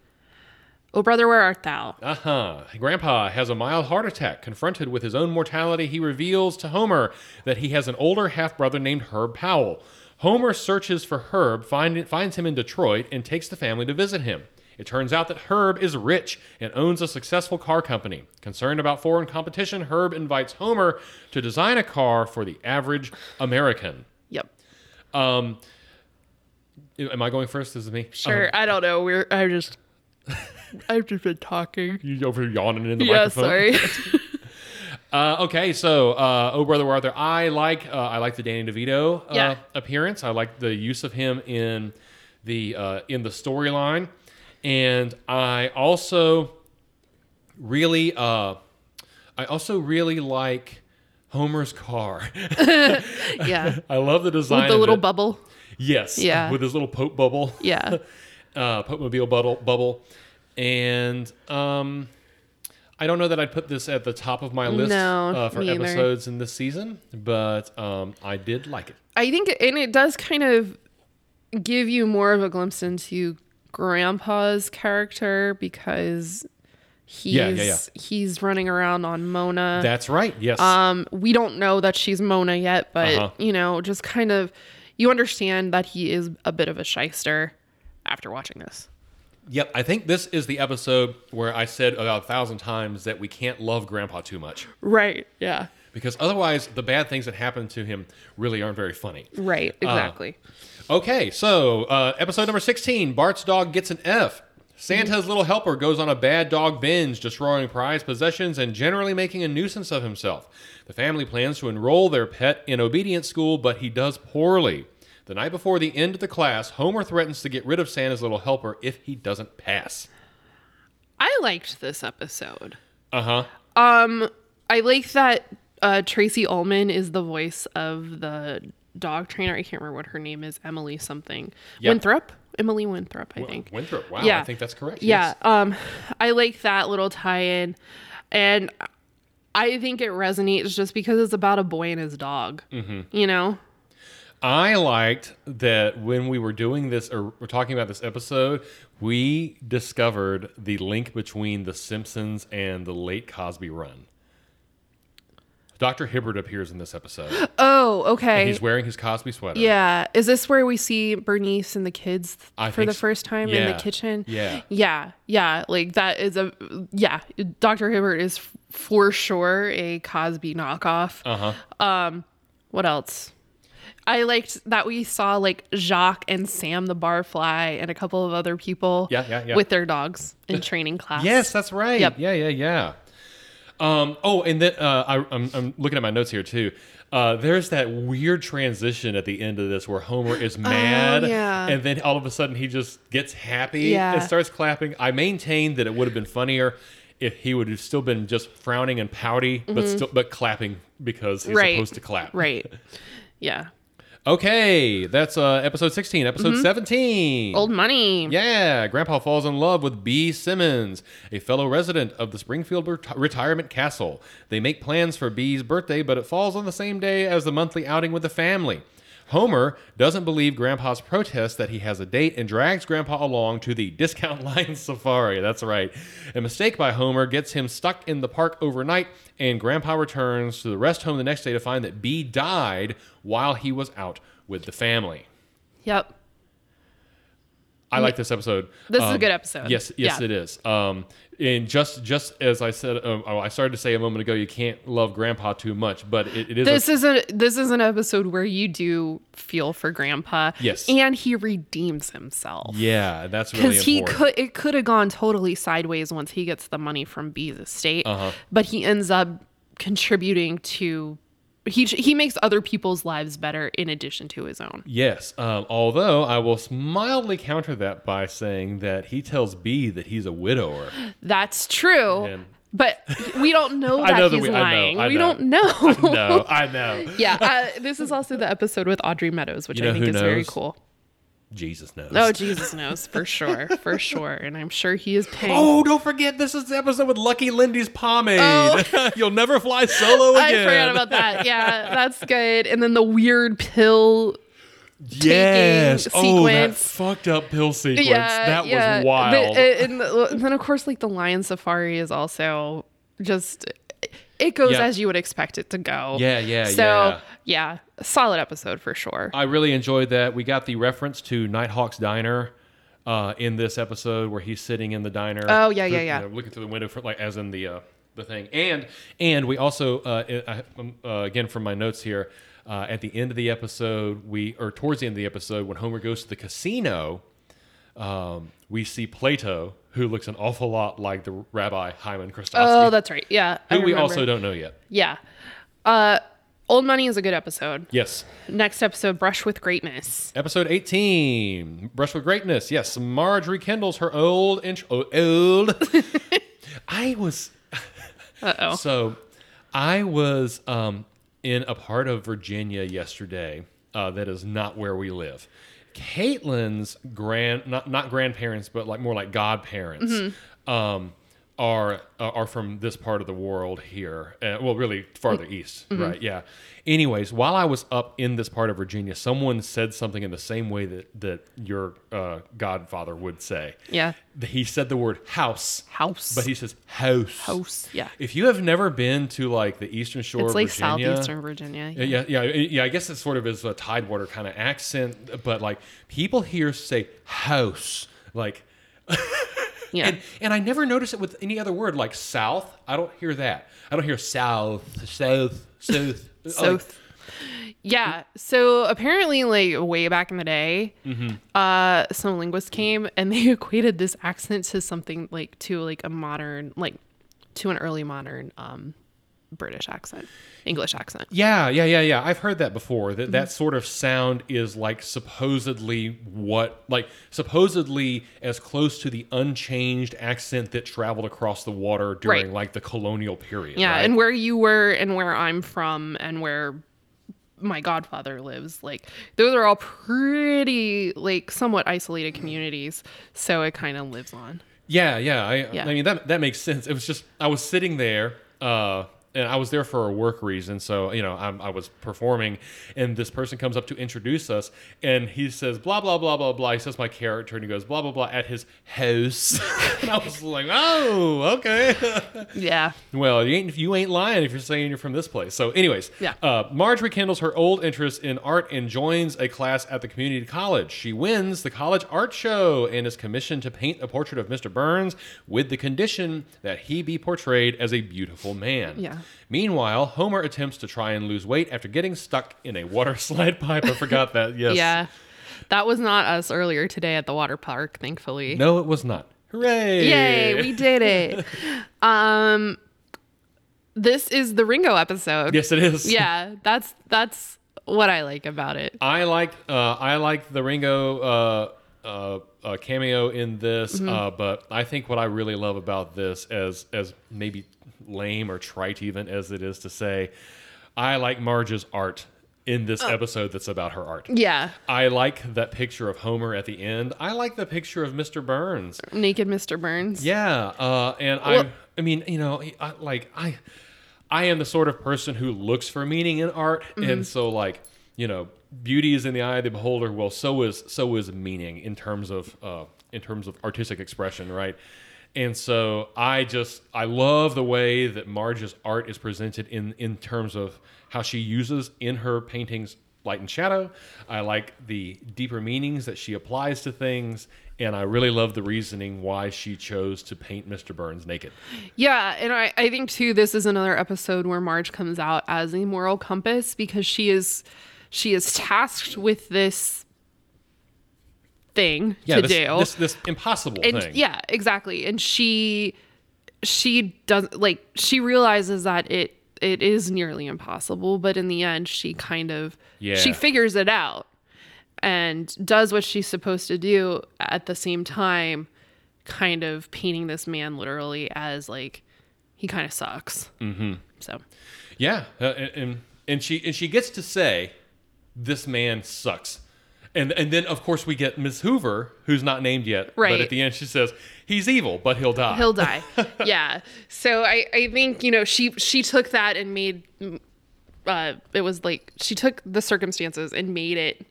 S2: oh brother where art thou
S1: Uh huh. Grandpa has a mild heart attack. Confronted with his own mortality, he reveals to Homer that he has an older half brother named Herb Powell. Homer searches for Herb, find, finds him in Detroit, and takes the family to visit him. It turns out that Herb is rich and owns a successful car company. Concerned about foreign competition, Herb invites Homer to design a car for the average American.
S2: yep
S1: Um, am I going first? This is me. Uh,
S2: sure i don't know we're i just i've just been talking
S1: You over here yawning in the
S2: yeah
S1: microphone.
S2: sorry
S1: Uh, okay, so uh, oh brother, where art thou? I like uh, I like the Danny DeVito uh,
S2: Yeah.
S1: appearance. I like the use of him in the uh, in the storyline, and I also really uh, I also really like Homer's car.
S2: yeah
S1: I love the design.
S2: with the
S1: of
S2: little
S1: it.
S2: bubble
S1: Yes.
S2: Yeah.
S1: With his little Pope bubble.
S2: yeah
S1: uh, Popemobile bubble, bubble, and um, I don't know that I'd put this at the top of my list
S2: No,
S1: uh, for
S2: me either.
S1: episodes in this season, but um, I did like it.
S2: I think, and it does kind of give you more of a glimpse into Grandpa's character because he's
S1: yeah,
S2: he's running around on Mona.
S1: That's right. Yes.
S2: um, we don't know that she's Mona yet, but
S1: Uh-huh.
S2: you know, just kind of you understand that he is a bit of a shyster after watching this.
S1: yep. I think this is the episode where I said about a thousand times that we can't love Grandpa too much
S2: Right. Yeah.
S1: because otherwise the bad things that happen to him really aren't very funny.
S2: Right.
S1: Uh-huh.
S2: Exactly.
S1: Okay, so uh, episode number 16 Bart's dog gets an F. Santa's little helper goes on a bad dog binge, destroying prized possessions and generally making a nuisance of himself. The family plans to enroll their pet in obedience school, but he does poorly. The night before the end of the class, Homer threatens to get rid of Santa's little helper if he doesn't pass.
S2: I liked this episode.
S1: Uh huh.
S2: I like that uh, Tracy Ullman is the voice of the dog trainer. I can't remember what her name is. Emily something.
S1: Yep.
S2: Winthrop? Emily Winthrop, I think.
S1: Winthrop, wow,
S2: Yeah.
S1: I think that's correct.
S2: yeah.
S1: yes.
S2: Um, I like that little tie in. And I think it resonates just because it's about a boy and his dog.
S1: Mm-hmm.
S2: You know?
S1: I liked that when we were doing this or we're talking about this episode, we discovered the link between The Simpsons and the late Cosby run. Dr. Hibbert appears in this episode.
S2: Oh, okay.
S1: He's wearing his Cosby sweater.
S2: yeah. Is this where we see Bernice and the kids
S1: I
S2: for
S1: think
S2: the
S1: so.
S2: first time in
S1: Yeah.
S2: the kitchen?
S1: Yeah.
S2: Yeah. Yeah. Like that is a yeah. Dr. Hibbert is f- for sure a Cosby knockoff. Um,
S1: Uh huh.
S2: What else? I liked that we saw like Jacques and Sam the barfly and a couple of other people
S1: Yeah, yeah, yeah.
S2: with their dogs in training class.
S1: Yes, that's right.
S2: Yep.
S1: Yeah, yeah, yeah. Um, oh, and then uh, I, I'm, I'm looking at my notes here too. Uh, there's that weird transition at the end of this where Homer is mad,
S2: Oh, yeah.
S1: and then all of a sudden he just gets happy
S2: Yeah.
S1: and starts clapping. I maintain that it would have been funnier if he would have still been just frowning and pouty, but still but clapping because he's
S2: Mm-hmm. Right.
S1: supposed to clap.
S2: Right. Yeah.
S1: Okay, that's uh, episode 16. Episode
S2: Mm-hmm.
S1: 17.
S2: Old money.
S1: Yeah, Grandpa falls in love with B. Simmons, a fellow resident of the Springfield ret- Retirement Castle. They make plans for B's birthday, but it falls on the same day as the monthly outing with the family. Homer doesn't believe Grandpa's protest that he has a date and drags Grandpa along to the discount line safari. That's right. A mistake by Homer gets him stuck in the park overnight, and Grandpa returns to the rest home the next day to find that B died while he was out with the family.
S2: Yep.
S1: I like this episode.
S2: This is a
S1: Um,
S2: good episode.
S1: Yes, yes,
S2: Yeah.
S1: it is. Um, and just just as I said, um, oh, I started to say a moment ago, you can't love Grandpa too much, but it, it is. a-
S2: This is a this is an episode where you do feel for grandpa.
S1: Yes.
S2: And he redeems himself.
S1: yeah, that's really
S2: Because he
S1: important.
S2: could it could have gone totally sideways once he gets the money from B's estate.
S1: Uh-huh.
S2: But he ends up contributing to he he makes other people's lives better in addition to his own.
S1: Yes, um, although I will mildly counter that by saying that he tells B that he's a widower.
S2: That's true.
S1: And-
S2: But we don't know
S1: I
S2: that
S1: know that
S2: he's
S1: we- I know,
S2: lying.
S1: I
S2: we
S1: know.
S2: don't know.
S1: no, I know.
S2: yeah, uh, this is also the episode with Audrey Meadows, which
S1: You know
S2: I think
S1: who
S2: is very
S1: knows?
S2: cool.
S1: Jesus knows.
S2: Oh, Jesus knows for sure, for sure, and I'm sure he is paying.
S1: Oh, don't forget, this is the episode with Lucky Lindy's pomade. You'll never fly solo
S2: Oh. I
S1: again.
S2: forgot about that. Yeah, that's good. And then the weird pill.
S1: Yes. Oh, that
S2: sequence.
S1: fucked up pill sequence.
S2: Yeah,
S1: that
S2: yeah. uh,
S1: was
S2: The-
S1: wild.
S2: and, and then of course, like the lion safari is also just it goes
S1: Yeah.
S2: as you would expect it to go.
S1: Yeah, yeah,
S2: So
S1: yeah.
S2: yeah, solid episode for sure.
S1: I really enjoyed that. We got the reference to Nighthawk's Diner uh, in this episode where he's sitting in the diner.
S2: Oh, yeah, yeah,
S1: you
S2: yeah.
S1: know, looking through the window for like as in the uh, the thing. And and we also uh, I, um, uh, again from my notes here uh, at the end of the episode we or towards the end of the episode when Homer goes to the casino, um, we see Plato who looks an awful lot like the Rabbi Hyman Christofsky,
S2: oh, that's right. Yeah, I
S1: who we
S2: remember.
S1: also don't know yet.
S2: yeah. Uh, Old Money is a good episode.
S1: Yes.
S2: Next episode, Brush with Greatness.
S1: Episode 18, Brush with Greatness. Yes, Marge rekindles her old intro. Oh, old. I was.
S2: Uh oh.
S1: So, I was um, in a part of Virginia yesterday uh, that is not where we live. Caitlin's grand, not, not grandparents, but like more like godparents. Um, are uh, are from this part of the world here. Uh, well, really farther east, right? Yeah. Anyways, while I was up in this part of Virginia, someone said something in the same way that that your uh, godfather would say.
S2: Yeah.
S1: He said the word house.
S2: House.
S1: But he says house.
S2: House. Yeah.
S1: If you have never been to like the eastern shore
S2: It's
S1: of
S2: like
S1: Virginia,
S2: southeastern Virginia.
S1: yeah, yeah, yeah, yeah. I guess it sort of is a tidewater kind of accent, but like people here say house, like,
S2: Yeah.
S1: and and I never notice it with any other word like south. I don't hear that. I don't hear south, south, south, Like,
S2: South. Yeah. So apparently, like way back in the day,
S1: Mm-hmm.
S2: uh, some linguists came and they equated this accent to something like to like a modern, like to an early modern um, British accent, English accent.
S1: Yeah, yeah, yeah, yeah. I've heard that before. That
S2: Mm-hmm.
S1: that sort of sound is like supposedly what like supposedly as close to the unchanged accent that traveled across the water during
S2: Right.
S1: like the colonial period.
S2: Yeah.
S1: right?
S2: And where you were, and where I'm from, and where my godfather lives like those are all pretty like somewhat isolated
S1: Mm-hmm.
S2: communities so it kind of lives on
S1: yeah, yeah. I,
S2: Yeah.
S1: I mean that that makes sense. It was just I was sitting there uh and I was there for a work reason. So you know, I'm, I was performing, and this person comes up to introduce us, and he says blah blah blah blah blah. He says my character, and he goes blah blah blah at his house, and I was like, oh okay.
S2: Yeah.
S1: Well, you ain't you ain't lying if you're saying you're from this place. So, anyways,
S2: Yeah.
S1: Uh, Marge rekindles her old interest in art and joins a class at the community college. She wins the college art show and is commissioned to paint a portrait of Mr. Burns with the condition that he be portrayed as a beautiful man.
S2: Yeah.
S1: Meanwhile, Homer attempts to try and lose weight after getting stuck in a water slide pipe. I forgot that. Yes.
S2: Yeah. That was not us earlier today at the water park, thankfully.
S1: No, it was not. Hooray!
S2: Yay, we did it. um this is the Ringo episode.
S1: yes, it is.
S2: Yeah, that's that's what I like about it.
S1: I liked uh, I liked the Ringo uh, uh, uh, cameo in this, uh, but I think what I really love about this, as as maybe lame or trite even as it is to say, I like Marge's art in this episode. That's about her art.
S2: Yeah.
S1: I like that picture of Homer at the end. I like the picture of Mr. Burns.
S2: Naked Mr. Burns.
S1: Yeah, uh, and
S2: Well-
S1: I, I mean, you know, I, like I, I am the sort of person who looks for meaning in art,
S2: Mm-hmm.
S1: and so like, you know, beauty is in the eye of the beholder. Well, so is so is meaning in terms of uh, in terms of artistic expression, right? And so I just I love the way that Marge's art is presented in in terms of how she uses in her paintings light and shadow. I like the deeper meanings that she applies to things, and I really love the reasoning why she chose to paint Mr. Burns naked.
S2: Yeah, and I, I think too this is another episode where Marge comes out as a moral compass because she is she is tasked with this thing
S1: Yeah,
S2: to
S1: this,
S2: do.
S1: this this impossible
S2: and
S1: thing.
S2: yeah, exactly. And she she does like she realizes that it it is nearly impossible, but in the end she kind of
S1: Yeah.
S2: she figures it out and does what she's supposed to do at the same time kind of painting this man literally as like he kind of sucks. Mhm.
S1: Mm-hmm.
S2: So,
S1: Yeah, uh, and, and and she and she gets to say, "This man sucks," and and then of course we get Miss Hoover, who's not named yet,
S2: Right.
S1: But at the end, she says, "He's evil, but he'll die."
S2: he'll die. yeah. So I I think, you know, she she took that and made uh it was like she took the circumstances and made it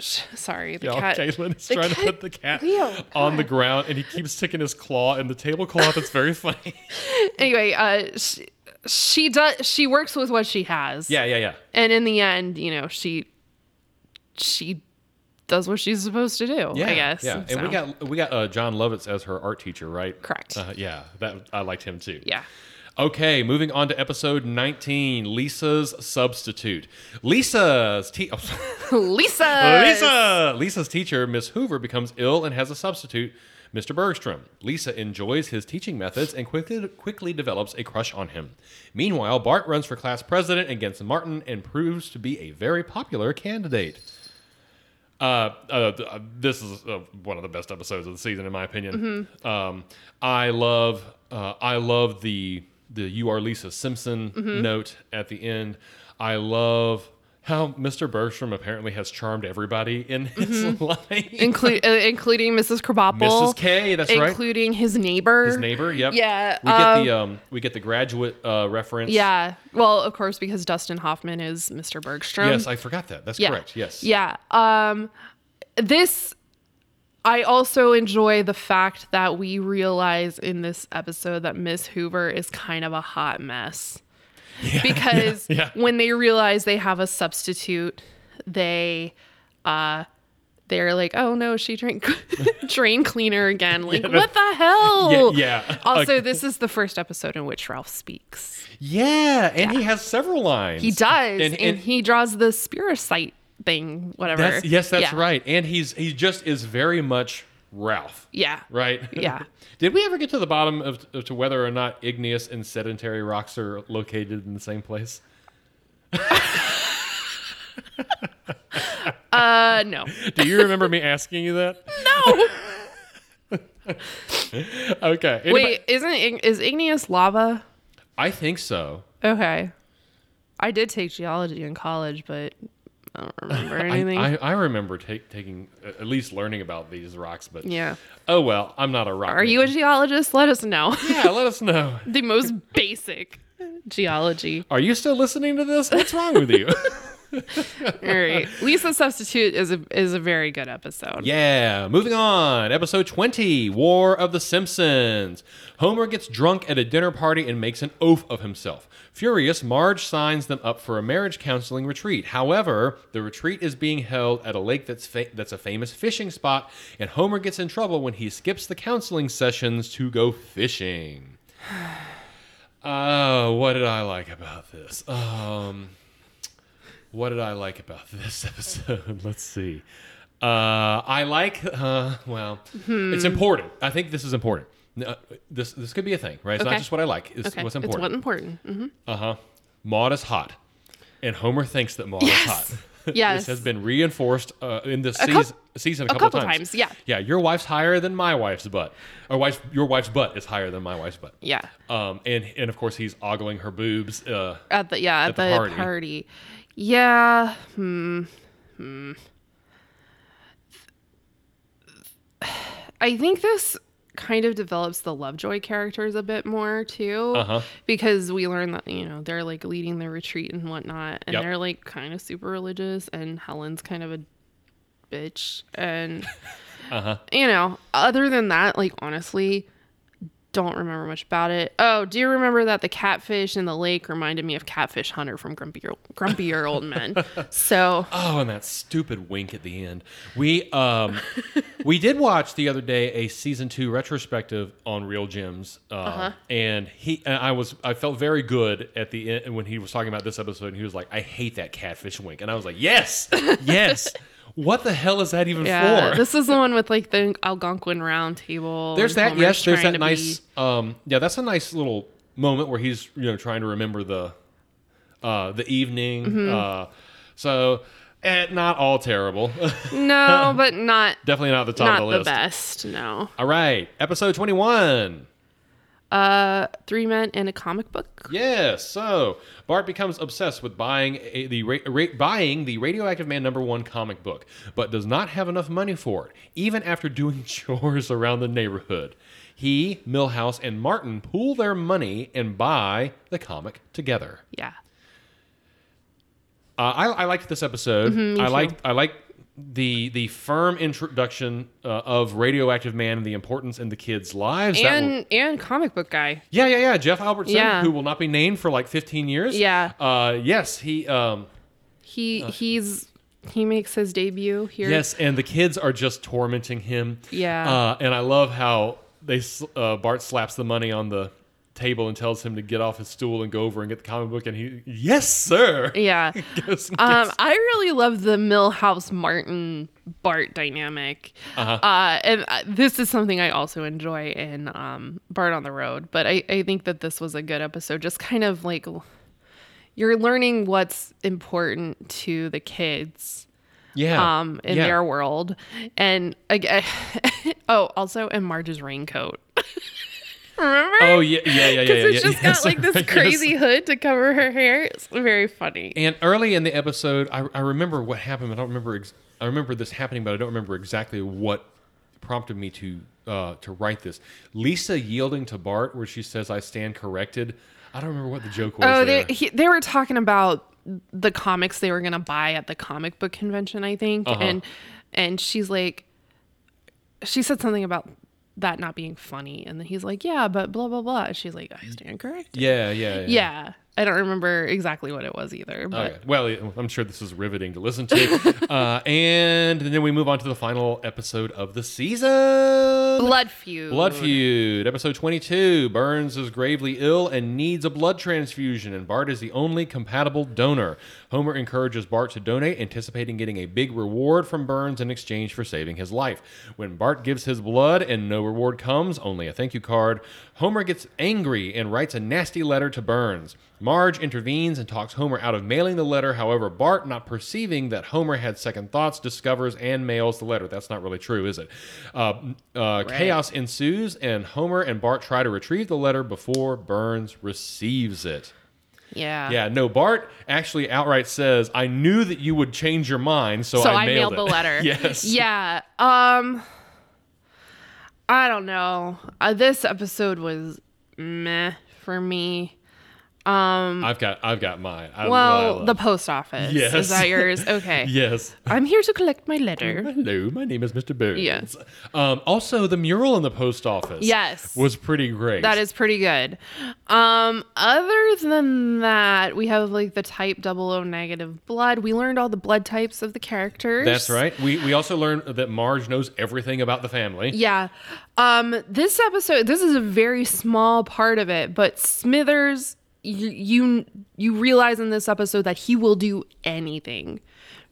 S2: Sh- Sorry, the
S1: Y'all,
S2: cat.
S1: Caitlin is
S2: the
S1: trying to
S2: cat-
S1: put the cat
S2: Leo,
S1: on the ground, and he keeps sticking his claw in the tablecloth. It's very funny.
S2: Anyway, uh, she, she does. She works with what she has.
S1: yeah, yeah, yeah.
S2: And in the end, you know, she she does what she's supposed to do.
S1: Yeah,
S2: I guess.
S1: Yeah, and we
S2: So,
S1: got we got uh, John Lovitz as her art teacher, right?
S2: Correct.
S1: Uh, yeah, that I liked him too.
S2: yeah.
S1: Okay, moving on to episode 19, Lisa's substitute. Lisa's te-
S2: Lisa.
S1: Lisa! Lisa's teacher, Miss Hoover, becomes ill and has a substitute, Mr. Bergstrom. Lisa enjoys his teaching methods and quickly, quickly develops a crush on him. Meanwhile, Bart runs for class president against Martin and proves to be a very popular candidate. Uh, uh, th- uh, this is uh, one of the best episodes of the season, in my opinion. Um, I love, uh, I love the the "You Are Lisa Simpson" note at the end. I love how Mr. Bergstrom apparently has charmed everybody in his
S2: Mm-hmm.
S1: life.
S2: Include, uh, including Mrs. Krabappel.
S1: Mrs. K, that's right.
S2: including his neighbor.
S1: His neighbor, yep.
S2: Yeah,
S1: we get the um, we get the graduate uh, reference.
S2: Yeah. Well, of course, because Dustin Hoffman is Mr. Bergstrom.
S1: Yes, I forgot that. That's correct. Yes.
S2: Yeah. Um, this, I also enjoy the fact that we realize in this episode that Miss Hoover is kind of a hot mess. because
S1: yeah.
S2: when they realize they have a substitute, they, uh, they're like, oh no, she drank drain cleaner again. Like, what the hell?
S1: Yeah, yeah.
S2: Also, this is the first episode in which Ralph speaks.
S1: Yeah, and he has several lines.
S2: He does, and,
S1: And- and-
S2: he draws the spirocyte thing, whatever.
S1: That's, yes, that's
S2: Yeah.
S1: right. And he's he just is very much Ralph.
S2: Yeah.
S1: Right.
S2: Yeah.
S1: Did we ever get to the bottom of, of to whether or not igneous and sedentary rocks are located in the same place?
S2: Uh, no.
S1: Do you remember me asking you that?
S2: No.
S1: Okay. Anybody-
S2: Wait, isn't Ig- is igneous lava?
S1: I think so.
S2: Okay. I did take geology in college, but I don't remember
S1: I,
S2: anything.
S1: I, I remember take, taking at least learning about these rocks, but
S2: yeah.
S1: oh well, I'm not a rock.
S2: Are you a geologist? Let us know.
S1: Yeah, let us know.
S2: the most basic. Geology.
S1: Are you still listening to this? What's wrong with you?
S2: All right. Lisa Substitute is a is a very good episode.
S1: Yeah, moving on. Episode 20 War of the Simpsons. Homer gets drunk at a dinner party and makes an oath of himself. Furious, Marge signs them up for a marriage counseling retreat. However, the retreat is being held at a lake that's, fa- that's a famous fishing spot, and Homer gets in trouble when he skips the counseling sessions to go fishing. Oh, what did I like about this? Um, what did I like about this episode? Let's see. Uh, I like. Uh, well,
S2: Hmm.
S1: it's important. I think this is important. Uh, this this could be a thing, right? It's not
S2: Okay.
S1: just what I like. It's
S2: Okay.
S1: what's
S2: It's
S1: important.
S2: what important. hmm
S1: uh huh. Maud is hot, and Homer thinks that Maud is
S2: Yes.
S1: hot.
S2: Yes.
S1: this has been reinforced uh, in this
S2: cou-
S1: season, season a
S2: a
S1: couple,
S2: couple
S1: times.
S2: times, yeah.
S1: Yeah. Your wife's higher than my wife's butt. Or wife's your wife's butt is higher than my wife's butt.
S2: Yeah.
S1: Um, and and of course he's ogling her boobs. Uh,
S2: At the yeah, at,
S1: the
S2: the,
S1: party.
S2: party. Yeah. Hmm. Hmm. I think this kind of develops the Lovejoy characters a bit more too.
S1: Uh-huh.
S2: Because we learn that, you know, they're like leading the retreat and whatnot, and
S1: Yep.
S2: they're like kind of super religious and Helen's kind of a bitch and
S1: Uh-huh.
S2: you know, other than that, like honestly, don't remember much about it. Oh, do you remember that the catfish in the lake reminded me of Catfish Hunter from Grumpier, Grumpier Old Men? So
S1: oh, and that stupid wink at the end. We um, we did watch the other day a season two retrospective on Real Gems, uh, and he and I was I felt very good at the end when he was talking about this episode, and he was like, "I hate that catfish wink," and I was like, "Yes, yes." What the hell is that even
S2: yeah,
S1: for?
S2: this is the one with like the Algonquin round table.
S1: there's
S2: and
S1: that
S2: Homer's
S1: yes there's
S2: trying
S1: that
S2: to be-
S1: nice um yeah that's a nice little moment where he's you know trying to remember the uh the evening
S2: Mm-hmm.
S1: uh so eh, not all terrible
S2: no, but not
S1: definitely not the top
S2: not
S1: of the
S2: the,
S1: list
S2: best. No,
S1: all right episode 21
S2: Uh, three men in a comic book.
S1: Yes. So Bart becomes obsessed with buying a, the ra- ra- buying the Radioactive Man number one comic book, but does not have enough money for it. Even after doing chores around the neighborhood, he, Millhouse, and Martin pool their money and buy the comic together.
S2: Yeah,
S1: Uh, I, I liked this episode. I liked I liked the the firm introduction uh, of Radioactive Man and the importance in the kids' lives. That will-
S2: and and comic book guy.
S1: yeah, yeah, yeah. Jeff Albertson,
S2: Yeah.
S1: who will not be named for like 15 years.
S2: Yeah.
S1: Uh, yes, he. Um,
S2: He he's he makes his debut here.
S1: yes, and the kids are just tormenting him.
S2: Yeah.
S1: Uh, and I love how they s- uh, Bart slaps the money on the table and tells him to get off his stool and go over and get the comic book, and he, yes, sir.
S2: Yeah.
S1: Goes and
S2: Um,
S1: gets-
S2: I really love the Millhouse Martin Bart dynamic,
S1: Uh-huh.
S2: uh and uh, this is something I also enjoy in um, Bart on the Road. But I, I think that this was a good episode, just kind of like l- you're learning what's important to the kids
S1: yeah.
S2: um, in
S1: yeah.
S2: their world, and again, oh, also in Marge's raincoat. Remember?
S1: Oh yeah, yeah, yeah, yeah.
S2: Because
S1: yeah,
S2: it's
S1: yeah,
S2: just
S1: yes,
S2: got like this
S1: yes.
S2: crazy hood to cover her hair. It's very funny.
S1: And early in the episode, I, I remember what happened. but I don't remember. Ex- I remember this happening, but I don't remember exactly what prompted me to uh, to write this. Lisa yielding to Bart, where she says, "I stand corrected." I don't remember what the joke was.
S2: Oh,
S1: there.
S2: they he, they were talking about the comics they were gonna buy at the comic book convention, I think,
S1: Uh-huh.
S2: and and she's like, she said something about that not being funny, and then he's like, yeah, but blah blah blah. And she's like, I stand corrected.
S1: yeah, yeah, Oh, yeah.
S2: Yeah. I don't remember exactly what it was either, but
S1: Okay. Well, I'm sure this is riveting to listen to. uh, and then we move on to the final episode of the season.
S2: blood feud.
S1: Blood Feud, episode 22. Burns is gravely ill and needs a blood transfusion, and Bart is the only compatible donor. Homer encourages Bart to donate, anticipating getting a big reward from Burns in exchange for saving his life. When Bart gives his blood and no reward comes, only a thank you card, Homer gets angry and writes a nasty letter to Burns. Marge intervenes and talks Homer out of mailing the letter. However, Bart, not perceiving that Homer had second thoughts, discovers and mails the letter. That's not really true, is it? Uh, uh, Chaos ensues, and Homer and Bart try to retrieve the letter before Burns receives it.
S2: Yeah.
S1: Yeah, no, Bart actually outright says, I knew that you would change your mind, so,
S2: So
S1: I,
S2: I mailed,
S1: it."
S2: the letter.
S1: yes.
S2: Yeah. Um. I don't know. Uh, this episode was meh for me. Um,
S1: I've got I've got mine. I,
S2: well,
S1: the
S2: the post office.
S1: Yes.
S2: Is that yours? Okay.
S1: yes.
S2: I'm here to collect my letter.
S1: Hello, my name is Mr. Burns.
S2: Yeah.
S1: Um, also, the mural in the post office.
S2: Yes.
S1: Was pretty great.
S2: That is pretty good. Um, other than that, we have like the type 00 negative blood. We learned all the blood types of the characters.
S1: That's right. We we also learned that Marge knows everything about the family.
S2: Yeah. Um, this episode, this is a very small part of it, but Smithers, you, you you realize in this episode that he will do anything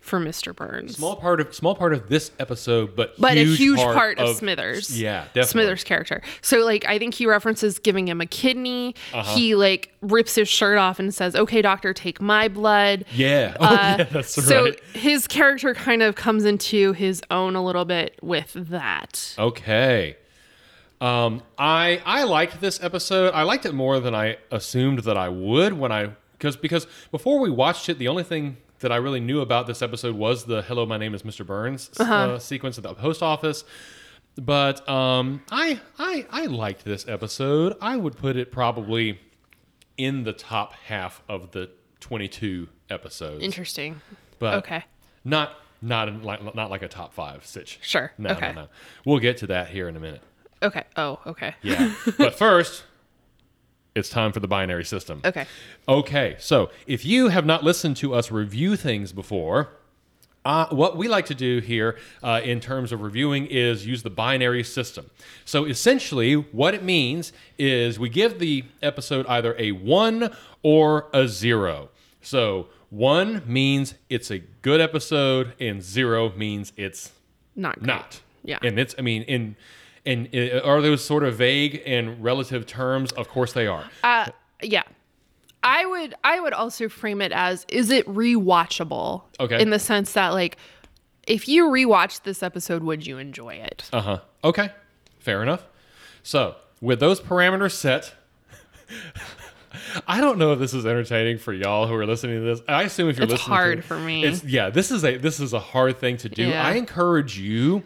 S2: for Mr. Burns.
S1: Small part of small part of this episode, but
S2: but
S1: huge
S2: a huge part, of, Smithers.
S1: Yeah, definitely.
S2: Smithers' character. So like I think he references giving him a kidney.
S1: Uh-huh.
S2: He like rips his shirt off and says, "Okay, doctor, take my blood."
S1: Yeah. Oh,
S2: Uh,
S1: yeah, that's
S2: so
S1: right.
S2: his character kind of comes into his own a little bit with
S1: Oh.
S2: that.
S1: Okay. Um, I I liked this episode. I liked it more than I assumed that I would when I because because before we watched it, the only thing that I really knew about this episode was the "Hello, my name is Mr. Burns"
S2: Uh-huh.
S1: uh sequence at the post office. But um, I I I liked this episode. I would put it probably in the top half of the twenty-two episodes.
S2: Interesting.
S1: But
S2: Okay.
S1: not not in, like not like a top five sitch.
S2: Sure.
S1: No,
S2: Okay.
S1: no, no. We'll get to that here in a minute.
S2: Okay. Oh, okay.
S1: Yeah. but first, it's time for the binary system.
S2: Okay.
S1: Okay, so if you have not listened to us review things before, uh, what we like to do here uh, in terms of reviewing is use the binary system. So essentially, what it means is we give the episode either a one or a zero. So one means it's a good episode, and zero means it's
S2: Not great.
S1: not.
S2: Yeah.
S1: And it's, I mean, in. And uh, are those sort of vague and relative terms? Of course they are.
S2: Uh, yeah. I would I would also frame it as is it rewatchable?
S1: Okay.
S2: In the sense that like if you rewatched this episode, would you enjoy it?
S1: Uh huh. Okay. Fair enough. So, with those parameters set, I don't know if this is entertaining for y'all who are listening to this. I assume if you're
S2: It's
S1: listening,
S2: hard
S1: to,
S2: for me.
S1: It's yeah. This is a this is a hard thing to do.
S2: Yeah.
S1: I encourage you.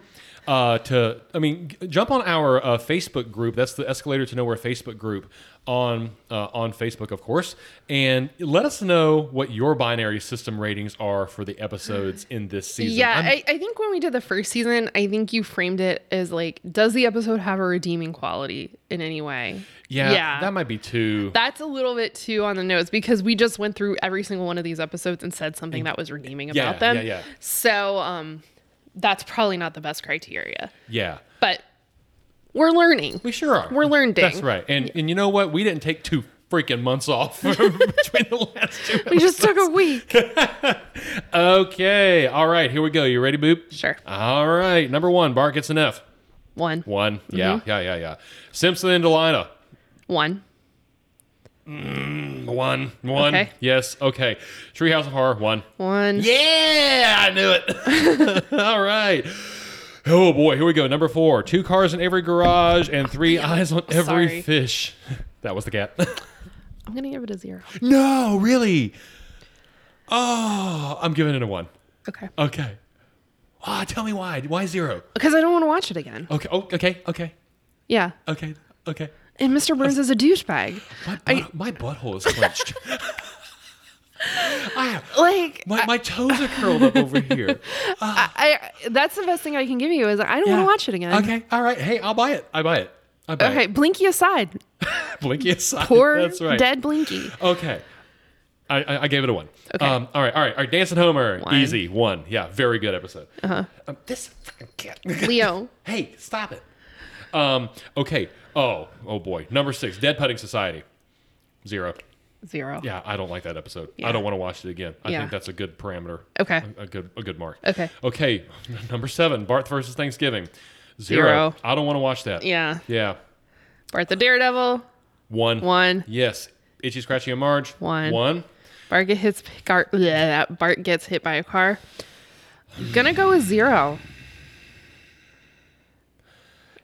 S1: Uh, to I mean, g- jump on our uh, Facebook group. That's the Escalator to Nowhere Facebook group on uh, on Facebook, of course. And let us know what your binary system ratings are for the episodes in this season.
S2: Yeah,
S1: I'm-
S2: I, I think when we did the first season, I think you framed it as like, does the episode have a redeeming quality in any way?
S1: yeah,
S2: yeah.
S1: That might be too.
S2: That's a little bit too on the nose because we just went through every single one of these episodes and said something that was redeeming
S1: Yeah,
S2: about them.
S1: yeah, yeah.
S2: So um, that's probably not the best criteria,
S1: yeah.
S2: but we're learning.
S1: We sure are.
S2: We're learning.
S1: That's right. And and you know what? We didn't take two freaking months off between the last two.
S2: We just took a week.
S1: Okay. All right. Here we go. You ready, Boop?
S2: Sure.
S1: All right. Number one. Bart gets an F.
S2: One.
S1: One. Yeah. Yeah. Yeah. Yeah. Simpson and Delina.
S2: One.
S1: One. One.
S2: Okay.
S1: Yes. Okay. Treehouse of Horror. One.
S2: One.
S1: Yeah, I knew it. All right. Oh boy, here we go. Number four: two cars in every garage and three eyes on every
S2: Sorry.
S1: fish. That was the cat.
S2: I'm going to give it a zero.
S1: No, really? Oh, I'm giving it a one.
S2: Okay.
S1: Okay. Ah, tell me why. Why zero?
S2: Because I don't want to watch it again.
S1: Okay. Oh, okay. Okay.
S2: Yeah.
S1: Okay. Okay.
S2: And Mr. Burns is a douchebag.
S1: My, butt, my butthole is clenched. Ah,
S2: Like,
S1: my, my toes are curled up over here.
S2: I, I that's the best thing I can give you is I don't want to watch it again.
S1: Okay. All right. Hey, I'll buy it. I buy it. I buy
S2: Okay,
S1: it.
S2: Blinky aside.
S1: Blinky aside.
S2: Poor
S1: That's right.
S2: dead Blinky.
S1: Okay. I, I, I gave it a one.
S2: Okay.
S1: Um, all right. All right. All right. Dancing Homer.
S2: One.
S1: Easy. One. Yeah. Very good episode. Uh-huh. Um, this fucking cat.
S2: Leo.
S1: Hey, stop it. Um, okay. Oh, oh boy. Number six, Dead Putting Society. Zero.
S2: Zero.
S1: Yeah, I don't like that episode. I
S2: Yeah.
S1: don't want to watch it again. I
S2: Yeah.
S1: think that's a good parameter.
S2: Okay.
S1: A, a good a good mark.
S2: Okay.
S1: Okay. Number seven, Bart versus Thanksgiving. Zero.
S2: Zero.
S1: I don't want to watch that.
S2: Yeah.
S1: Yeah.
S2: Bart the Daredevil.
S1: One.
S2: One.
S1: Yes. Itchy Scratchy and Marge.
S2: One.
S1: One.
S2: Bart gets hits gar- bleh, Bart gets hit by a car. Gonna go with zero.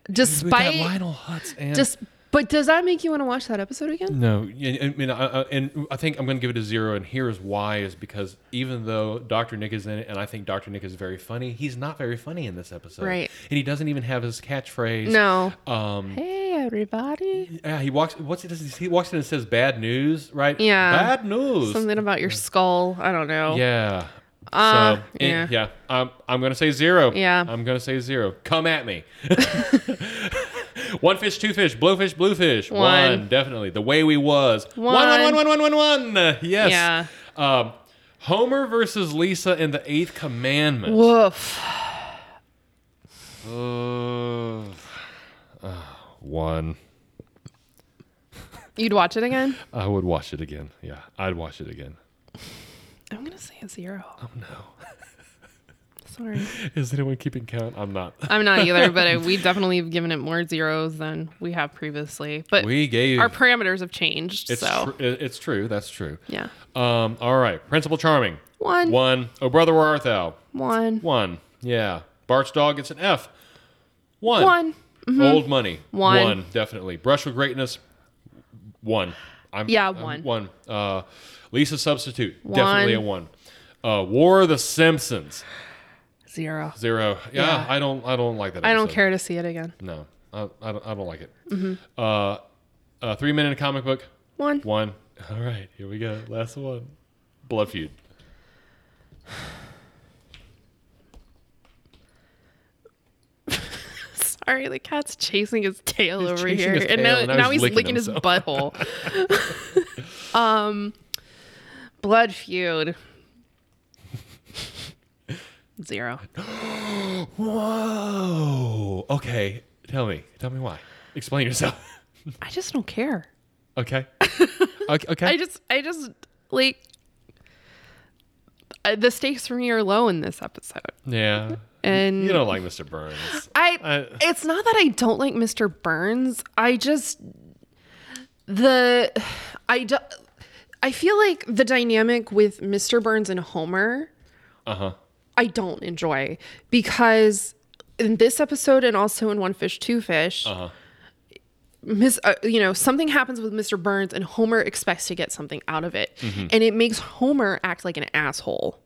S1: We got
S2: Despite
S1: Lionel Hutz and
S2: just but does that make you want to watch that episode again?
S1: No, and- and- I mean, I, I, and I think I'm going to give it a zero. And here is why: is because even though Doctor Nick is in it, and I think Doctor Nick is very funny, he's not very funny in this episode,
S2: Right.
S1: And he doesn't even have his catchphrase.
S2: No.
S1: Um,
S2: Hey, I everybody.
S1: Yeah, he walks. What's he does? He he walks in and says bad news, right?
S2: Yeah.
S1: bad news.
S2: Something about your skull. I don't know.
S1: Yeah.
S2: Uh,
S1: so eh,
S2: yeah.
S1: yeah, I'm I'm gonna say zero.
S2: Yeah.
S1: I'm gonna say zero. Come at me. one fish, two fish, blowfish, bluefish.
S2: One.
S1: definitely. The way we was. One, one,
S2: One.
S1: one, one, one, one, one. Uh, Yes.
S2: Yeah.
S1: Um, Homer versus Lisa in the Eighth Commandment.
S2: Woof.
S1: Uh, uh, one.
S2: You'd watch it again?
S1: I would watch it again. Yeah, I'd watch it again.
S2: I'm gonna say a zero.
S1: Oh no.
S2: Sorry.
S1: Is anyone keeping count? I'm not.
S2: I'm not either, but uh, we definitely have given it more zeros than we have previously. But
S1: We gave.
S2: our parameters have changed.
S1: it's
S2: so
S1: tr- it- it's true. That's true.
S2: yeah.
S1: Um, all right. Principal Charming.
S2: One.
S1: One. Oh, Brother, Where Art Thou?
S2: One.
S1: One. Yeah. Bart's Dog gets an F. One.
S2: One. Mm-hmm.
S1: Old Money.
S2: One.
S1: Definitely. Brush with Greatness. One. I'm,
S2: Yeah,
S1: I'm
S2: one.
S1: One. Uh, Lisa Substitute.
S2: One.
S1: Definitely a one. Uh, War of the Simpsons.
S2: Zero.
S1: Zero. Yeah,
S2: Yeah.
S1: I don't. I don't like that.
S2: I don't
S1: episode.
S2: care Mm-hmm. to see it again.
S1: No, I, I, don't, I don't like it. Uh, uh, three minute comic book.
S2: One.
S1: One. All right, here we go. Last one. Blood feud.
S2: Sorry, the cat's chasing his tail
S1: He's
S2: over
S1: chasing
S2: here,
S1: his
S2: and
S1: tail,
S2: now,
S1: and now
S2: now,
S1: he's
S2: he's
S1: licking
S2: licking, his
S1: himself.
S2: butthole. um, blood feud. Zero.
S1: Whoa. Okay. Tell me. Tell me why. Explain yourself.
S2: I just don't care.
S1: okay. Okay. okay.
S2: I just, I just like I, the stakes for me are low in this episode,
S1: yeah.
S2: and
S1: You don't like Mr. Burns.
S2: I,
S1: I-
S2: it's not that I don't like Mr. Burns. I just the I do, I feel like the dynamic with Mr. Burns and Homer
S1: Uh huh.
S2: I don't enjoy because in this episode and also in One Fish Two Fish
S1: Uh huh.
S2: Miss, uh, you know, something happens with Mr. Burns, and Homer expects to get something out of it,
S1: Mm-hmm.
S2: and it makes Homer act like an asshole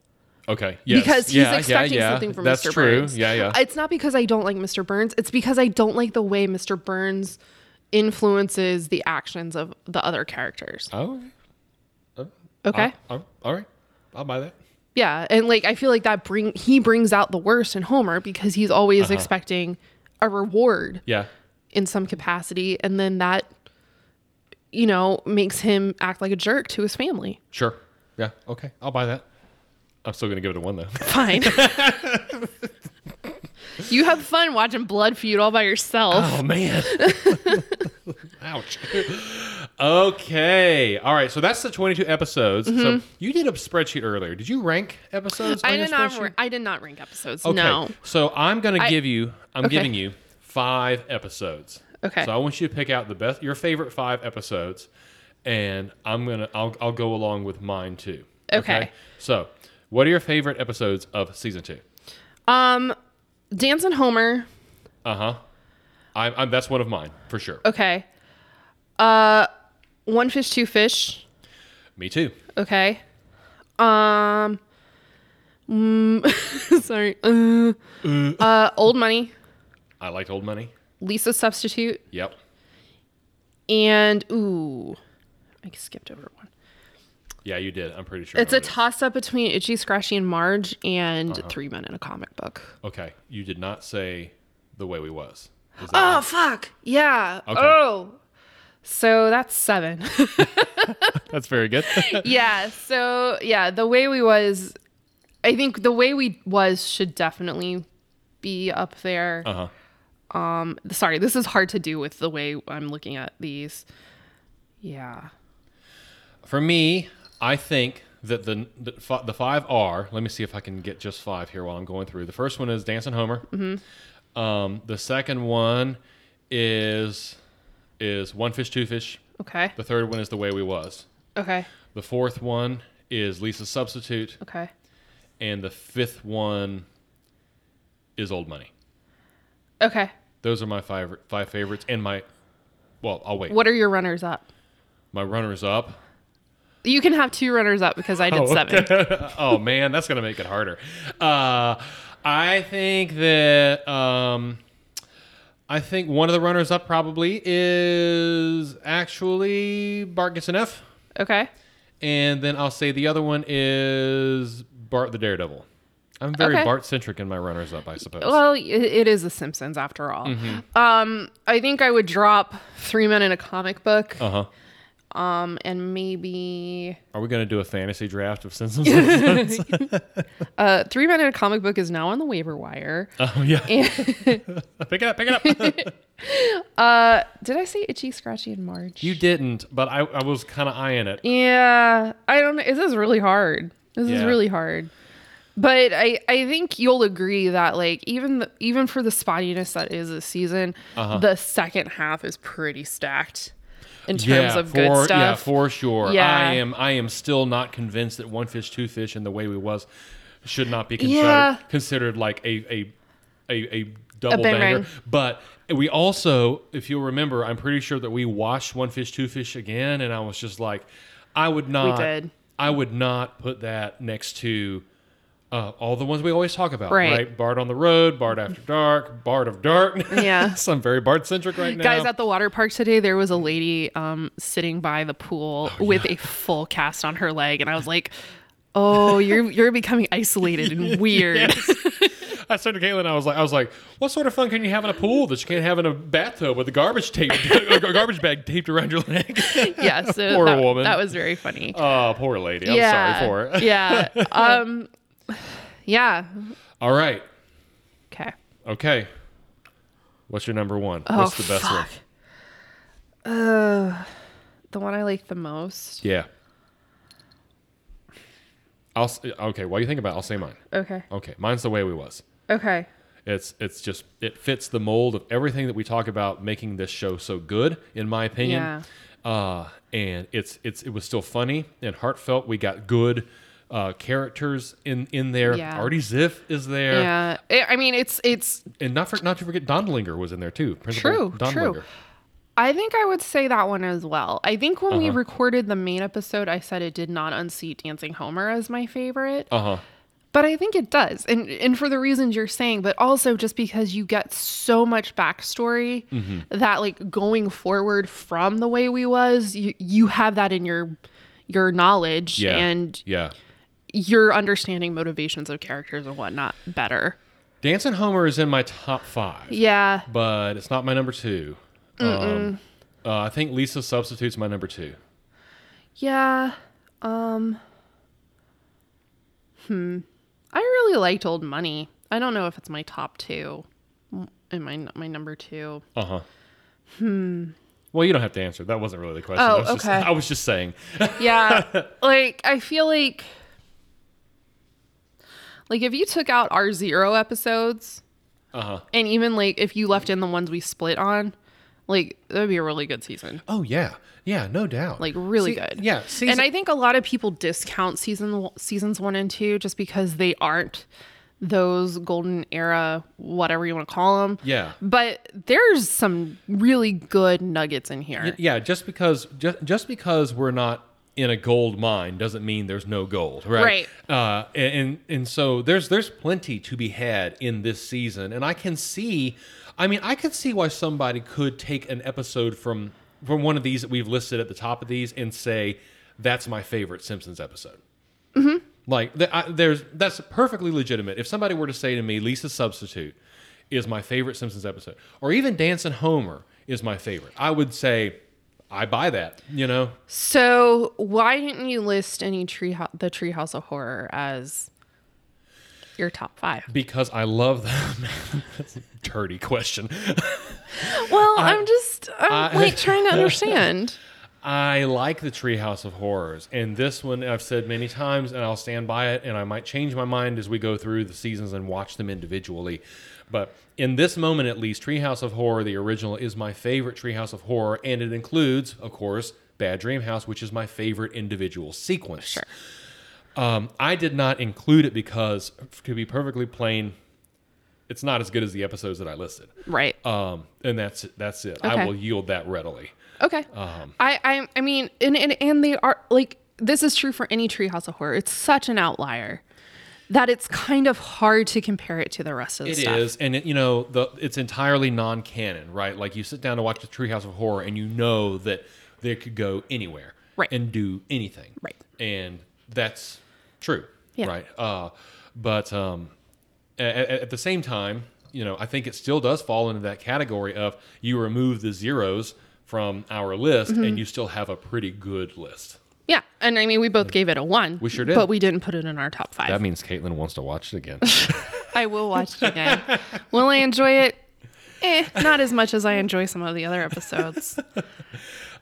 S1: Okay. Yes.
S2: because he's
S1: yeah,
S2: expecting
S1: yeah, yeah.
S2: something from
S1: That's
S2: Mr.
S1: true.
S2: Burns.
S1: Yeah. Yeah.
S2: It's not because I don't like Mr. Burns. It's because I don't like the way Mr. Burns influences the actions of the other characters.
S1: oh. Okay.
S2: Okay.
S1: I- I'm- all right. I'll buy that.
S2: yeah, and like I feel like that bring he brings out the worst in Homer because he's always expecting a reward
S1: Yeah.
S2: in some capacity, and then that you know makes him act like a jerk to his family.
S1: Sure. Yeah. Okay. I'll buy that. I'm still gonna give it a one though.
S2: Fine. you have fun watching Blood Feud all by yourself.
S1: Oh man. Ouch. Okay. All right. So that's the 22 episodes. So you did a spreadsheet earlier. Did you rank episodes?
S2: Mm-hmm. I
S1: on your
S2: did not.
S1: spreadsheet?
S2: ra- I did not rank episodes.
S1: Okay.
S2: No.
S1: So I'm gonna
S2: I-
S1: give you. I'm
S2: Okay.
S1: giving you five episodes.
S2: Okay.
S1: So I want you to pick out the best, your favorite five episodes, and I'm gonna. I'll, I'll go along with mine too.
S2: Okay.
S1: So, what are your favorite episodes of season two?
S2: Um, Dance and Homer.
S1: Uh huh. I'm, I'm. That's one of mine for sure.
S2: Okay. Uh, One Fish, Two Fish.
S1: Me too.
S2: Okay. Um. mm, sorry. Uh, uh, Old Money.
S1: I liked Old Money.
S2: Lisa Substitute.
S1: Yep.
S2: And ooh, I skipped over one.
S1: Yeah, you did. I'm pretty sure. I
S2: It's a
S1: wrote it.
S2: toss up between Itchy, Scratchy, and Marge, and Three Men in a Comic Book.
S1: Okay, you did not say the way we was. Is that
S2: Oh fuck! Yeah.
S1: Okay.
S2: Oh. So that's seven.
S1: That's very good.
S2: yeah. So yeah, the way we was, I think the way we was should definitely be up there. Um,
S1: uh huh.
S2: Sorry, this is hard to do with the way I'm looking at these. Yeah.
S1: For me, I think that the the, fi- the five are. Let me see if I can get just five here while I'm going through. The first one is Dancing Homer.
S2: Mm-hmm.
S1: Um, the second one is is One Fish Two Fish.
S2: Okay.
S1: The third one is the way we was.
S2: Okay.
S1: The fourth one is Lisa's substitute,
S2: Okay.
S1: and the fifth one is Old Money.
S2: Okay.
S1: Those are my five five favorites, and my well, I'll wait.
S2: What are your runners up?
S1: My runners up.
S2: You can have two runners up because I did seven.
S1: oh man, that's gonna make it harder. Uh, I think that um, I think one of the runners up probably is actually Bart gets an F.
S2: Okay.
S1: And then I'll say the other one is Bart the Daredevil. I'm very
S2: Okay.
S1: Bart centric in my runners up, I suppose.
S2: Well, i- it is The Simpsons after all. Um, I think I would drop Three Men in a Comic Book
S1: uh huh.
S2: um, and maybe
S1: Are we going to do a fantasy draft of Simpsons?
S2: uh, Three Men in a Comic Book is now on the waiver wire.
S1: oh, yeah. pick it up, pick it up.
S2: Uh, did I say Itchy, Scratchy, and March?
S1: you didn't, but I, I was kind of eyeing it.
S2: Yeah, I don't know. This is really hard. This is
S1: Yeah.
S2: really hard. But I, I think you'll agree that like even the, even for the spottiness that is this season,
S1: Uh-huh.
S2: the second half is pretty stacked in terms
S1: yeah,
S2: of
S1: for,
S2: good
S1: Yeah,
S2: stuff.
S1: for sure.
S2: Yeah.
S1: I am I am still not convinced that one fish, two fish, and the way we was should not be considered
S2: Yeah.
S1: considered like a a a, a double
S2: bang
S1: banger.
S2: bang.
S1: But we also, if you'll remember, I'm pretty sure that we watched One Fish, Two Fish again, and I was just like, I would not
S2: did.
S1: I would not put that next to uh, all the ones we always talk about,
S2: Right.
S1: right? Bard on the road, Bard after dark, Bard of dark.
S2: Yeah.
S1: so I'm very Bard centric right now.
S2: Guys, at the water park today, there was a lady um, sitting by the
S1: Oh,
S2: pool with a full cast on her leg, and I was like, "Oh, you're you're becoming isolated and weird."
S1: I said to Caitlin, I was like, I was like, what sort of fun can you have in a pool that you can't have in a bathtub with a garbage tape, a garbage bag taped around your leg?
S2: yeah, so
S1: Poor
S2: that,
S1: woman.
S2: that was very funny.
S1: oh, poor lady. I'm sorry for her.
S2: yeah. Um, yeah.
S1: All right.
S2: Okay.
S1: Okay. What's your number one?
S2: Oh,
S1: What's the best one?
S2: Uh, the one I like the most.
S1: Yeah. I'll s- okay. While you think about, it, I'll say mine.
S2: Okay.
S1: Okay, mine's the way we was.
S2: Okay.
S1: It's it's just it fits the mold of everything that we talk about making this show so good, in my opinion.
S2: Yeah.
S1: Uh, and it's it's it was still funny and heartfelt. We got good uh, characters in in there.
S2: Yeah.
S1: Artie Ziff is there,
S2: Yeah. I- I mean, it's it's.
S1: and not for not to forget Dondlinger was in there too. Principal
S2: True, true. I think I would say that one as well. I think when we recorded the main episode, I said it did not unseat Dancing Homer as my favorite,
S1: Uh huh.
S2: but I think it does, and and for the reasons you're saying, but also just because you get so much backstory that like going forward from the way we was, you you have that in your your knowledge
S1: Yeah.
S2: and
S1: yeah.
S2: you're understanding motivations of characters and whatnot better.
S1: Dancing Homer is in my top five.
S2: Yeah.
S1: but it's not my number two. Um, uh, I think Lisa substitutes my number two.
S2: Yeah. Um Hmm. I really liked Old Money. I don't know if it's my top 2 m- and my my number 2.
S1: Uh huh. Hmm. Well, you don't have to answer. That wasn't really the question.
S2: Hmm. Oh,
S1: I was just,
S2: okay.
S1: I was just saying.
S2: Yeah. like I feel like like if you took out our 0 episodes
S1: Uh huh.
S2: and even like if you left in the ones we split on, like that would be a really good season.
S1: Oh yeah, yeah, no doubt.
S2: like really
S1: See-
S2: good.
S1: Yeah, season,
S2: and I think a lot of people discount season seasons one and two just because they aren't those golden era, whatever you want to call them.
S1: yeah,
S2: But there's some really good nuggets in here.
S1: yeah. Just because just just because we're not in a gold mine doesn't mean there's no gold, right? Right. Uh, and and- and so there's there's plenty to be had in this season, and I can see, I mean, I could see why somebody could take an episode from from one of these that we've listed at the top of these and say that's my favorite Simpsons episode. Like th- I, there's that's perfectly legitimate. If somebody were to say to me, Lisa's substitute is my favorite Simpsons episode, or even Dance and Homer is my favorite, I would say I buy that. You know,
S2: So why didn't you list any tree the Treehouse of Horror as your top five?
S1: because I love them. that's a dirty question.
S2: Well, I, am just I'm
S1: I-
S2: like trying to understand.
S1: I like the Treehouse of Horrors, and this one I've said many times, and I'll stand by it. And I might change my mind as we go through the seasons and watch them individually. But in this moment, at least, Treehouse of Horror, the original, is my favorite Treehouse of Horror, and it includes, of course, Bad Dream House, which is my favorite individual sequence. Sure. Um, I did not include it because, to be perfectly plain, it's not as good as the episodes that I listed.
S2: right.
S1: Um, and that's that's it.
S2: Okay.
S1: I will yield that readily.
S2: Okay.
S1: Um,
S2: I, I I mean, and, and and they are like this is true for any Treehouse of Horror. It's such an outlier that it's kind of hard to compare it to the rest of the
S1: It is,
S2: stuff.
S1: and it, you know, the it's entirely non-canon, right? Like you sit down to watch the Treehouse of Horror, and you know that they could go anywhere,
S2: Right.
S1: and do anything,
S2: Right.
S1: and that's true,
S2: Yeah.
S1: right? Uh, but um, at, at the same time, you know, I think it still does fall into that category of you remove the zeros from our list,
S2: Mm-hmm.
S1: and you still have a pretty good list.
S2: Yeah, and I mean we both gave it a one. We
S1: sure did.
S2: but we didn't put it in our top five.
S1: That means Caitlin wants to watch it again.
S2: I will watch it again. will I enjoy it? Eh, not as much as I enjoy some of the other episodes.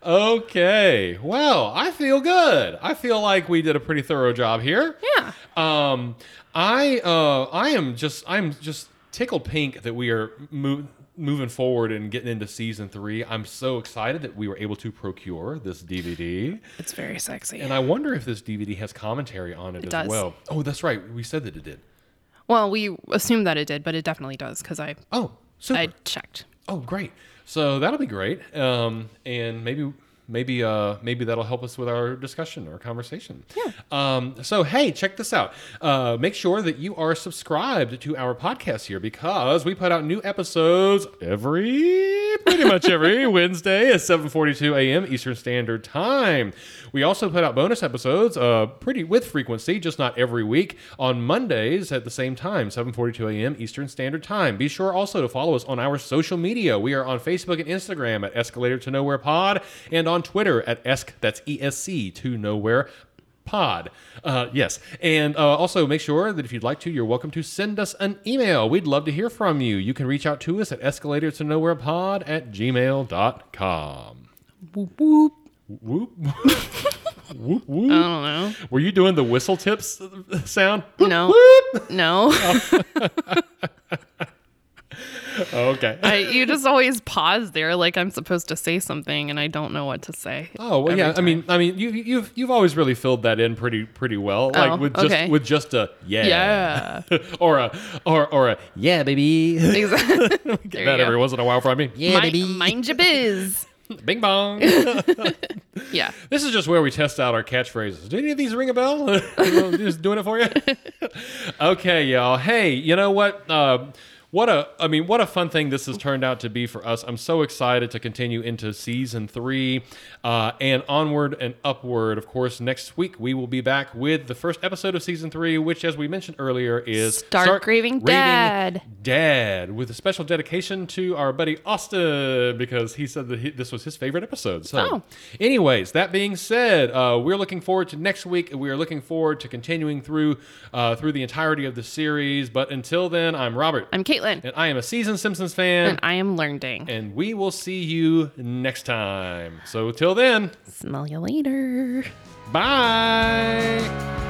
S1: okay, well, I feel good. I feel like we did a pretty thorough job here.
S2: Yeah.
S1: Um, I uh, I am just I'm just tickled pink that we are mo- moving forward and getting into season three. I'm so excited that we were able to procure this DVD,
S2: It's very sexy.
S1: and I wonder if this DVD has commentary on it, as
S2: does.
S1: well. Oh, that's right, we said that it did.
S2: well, we assumed that it did, but it definitely does because I
S1: Oh, super.
S2: I checked.
S1: Oh, great. So that'll be great. Um, and maybe maybe uh, maybe that'll help us with our discussion or conversation. Yeah. Um, so hey, check this out. Uh, make sure that you are subscribed to our podcast here because we put out new episodes every pretty much every Wednesday at 7:42 a.m. Eastern Standard Time. We also put out bonus episodes uh, pretty with frequency, just not every week on Mondays at the same time, 7:42 a.m. Eastern Standard Time. Be sure also to follow us on our social media. We are on Facebook and Instagram at Escalator to Nowhere Pod and on Twitter at esc that's esc to Nowhere pod. Uh, yes. And uh, also make sure that if you'd like to, you're welcome to send us an email. We'd love to hear from you. You can reach out to us at escalator to nowhere pod at gmail.com.
S2: Whoop whoop.
S1: Whoop. whoop, whoop.
S2: I don't know.
S1: Were you doing the whistle tips sound?
S2: No. No.
S1: Oh. Okay.
S2: I, you just always pause there like I'm supposed to say something and I don't know what to say.
S1: Oh well,
S2: every
S1: yeah. I
S2: time.
S1: mean, I mean, you, you've you've always really filled that in pretty pretty well,
S2: Oh,
S1: like with just
S2: okay.
S1: with just a yeah,
S2: Yeah.
S1: or a or or a
S3: Yeah, baby.
S2: exactly.
S1: get
S2: There
S1: that
S2: you
S1: every
S2: go.
S1: once in a while from me.
S3: Yeah,
S2: Mi-
S3: baby.
S2: mind your biz.
S1: Bing bong.
S2: Yeah.
S1: This is just where we test out our catchphrases. Do any of these ring a bell? just doing it for you. okay, y'all. Hey, you know what? Uh, what a I mean, what a fun thing this has turned out to be for us. I'm so excited to continue into season three, uh, and onward and upward. Of course, next week we will be back with the first episode of season three, which, as we mentioned earlier, is
S2: Start Grieving Dad.
S1: Dad, with a special dedication to our buddy Austin because he said that he, this was his favorite episode. So,
S2: Oh.
S1: anyways, that being said, uh, we're looking forward to next week. We are looking forward to continuing through uh, through the entirety of the series. But until then, I'm Robert,
S2: I'm Caitlin.
S1: and I am a seasoned Simpsons fan,
S2: And I am learning.
S1: and we will see you next time. So, till then,
S2: Smell you later.
S1: bye.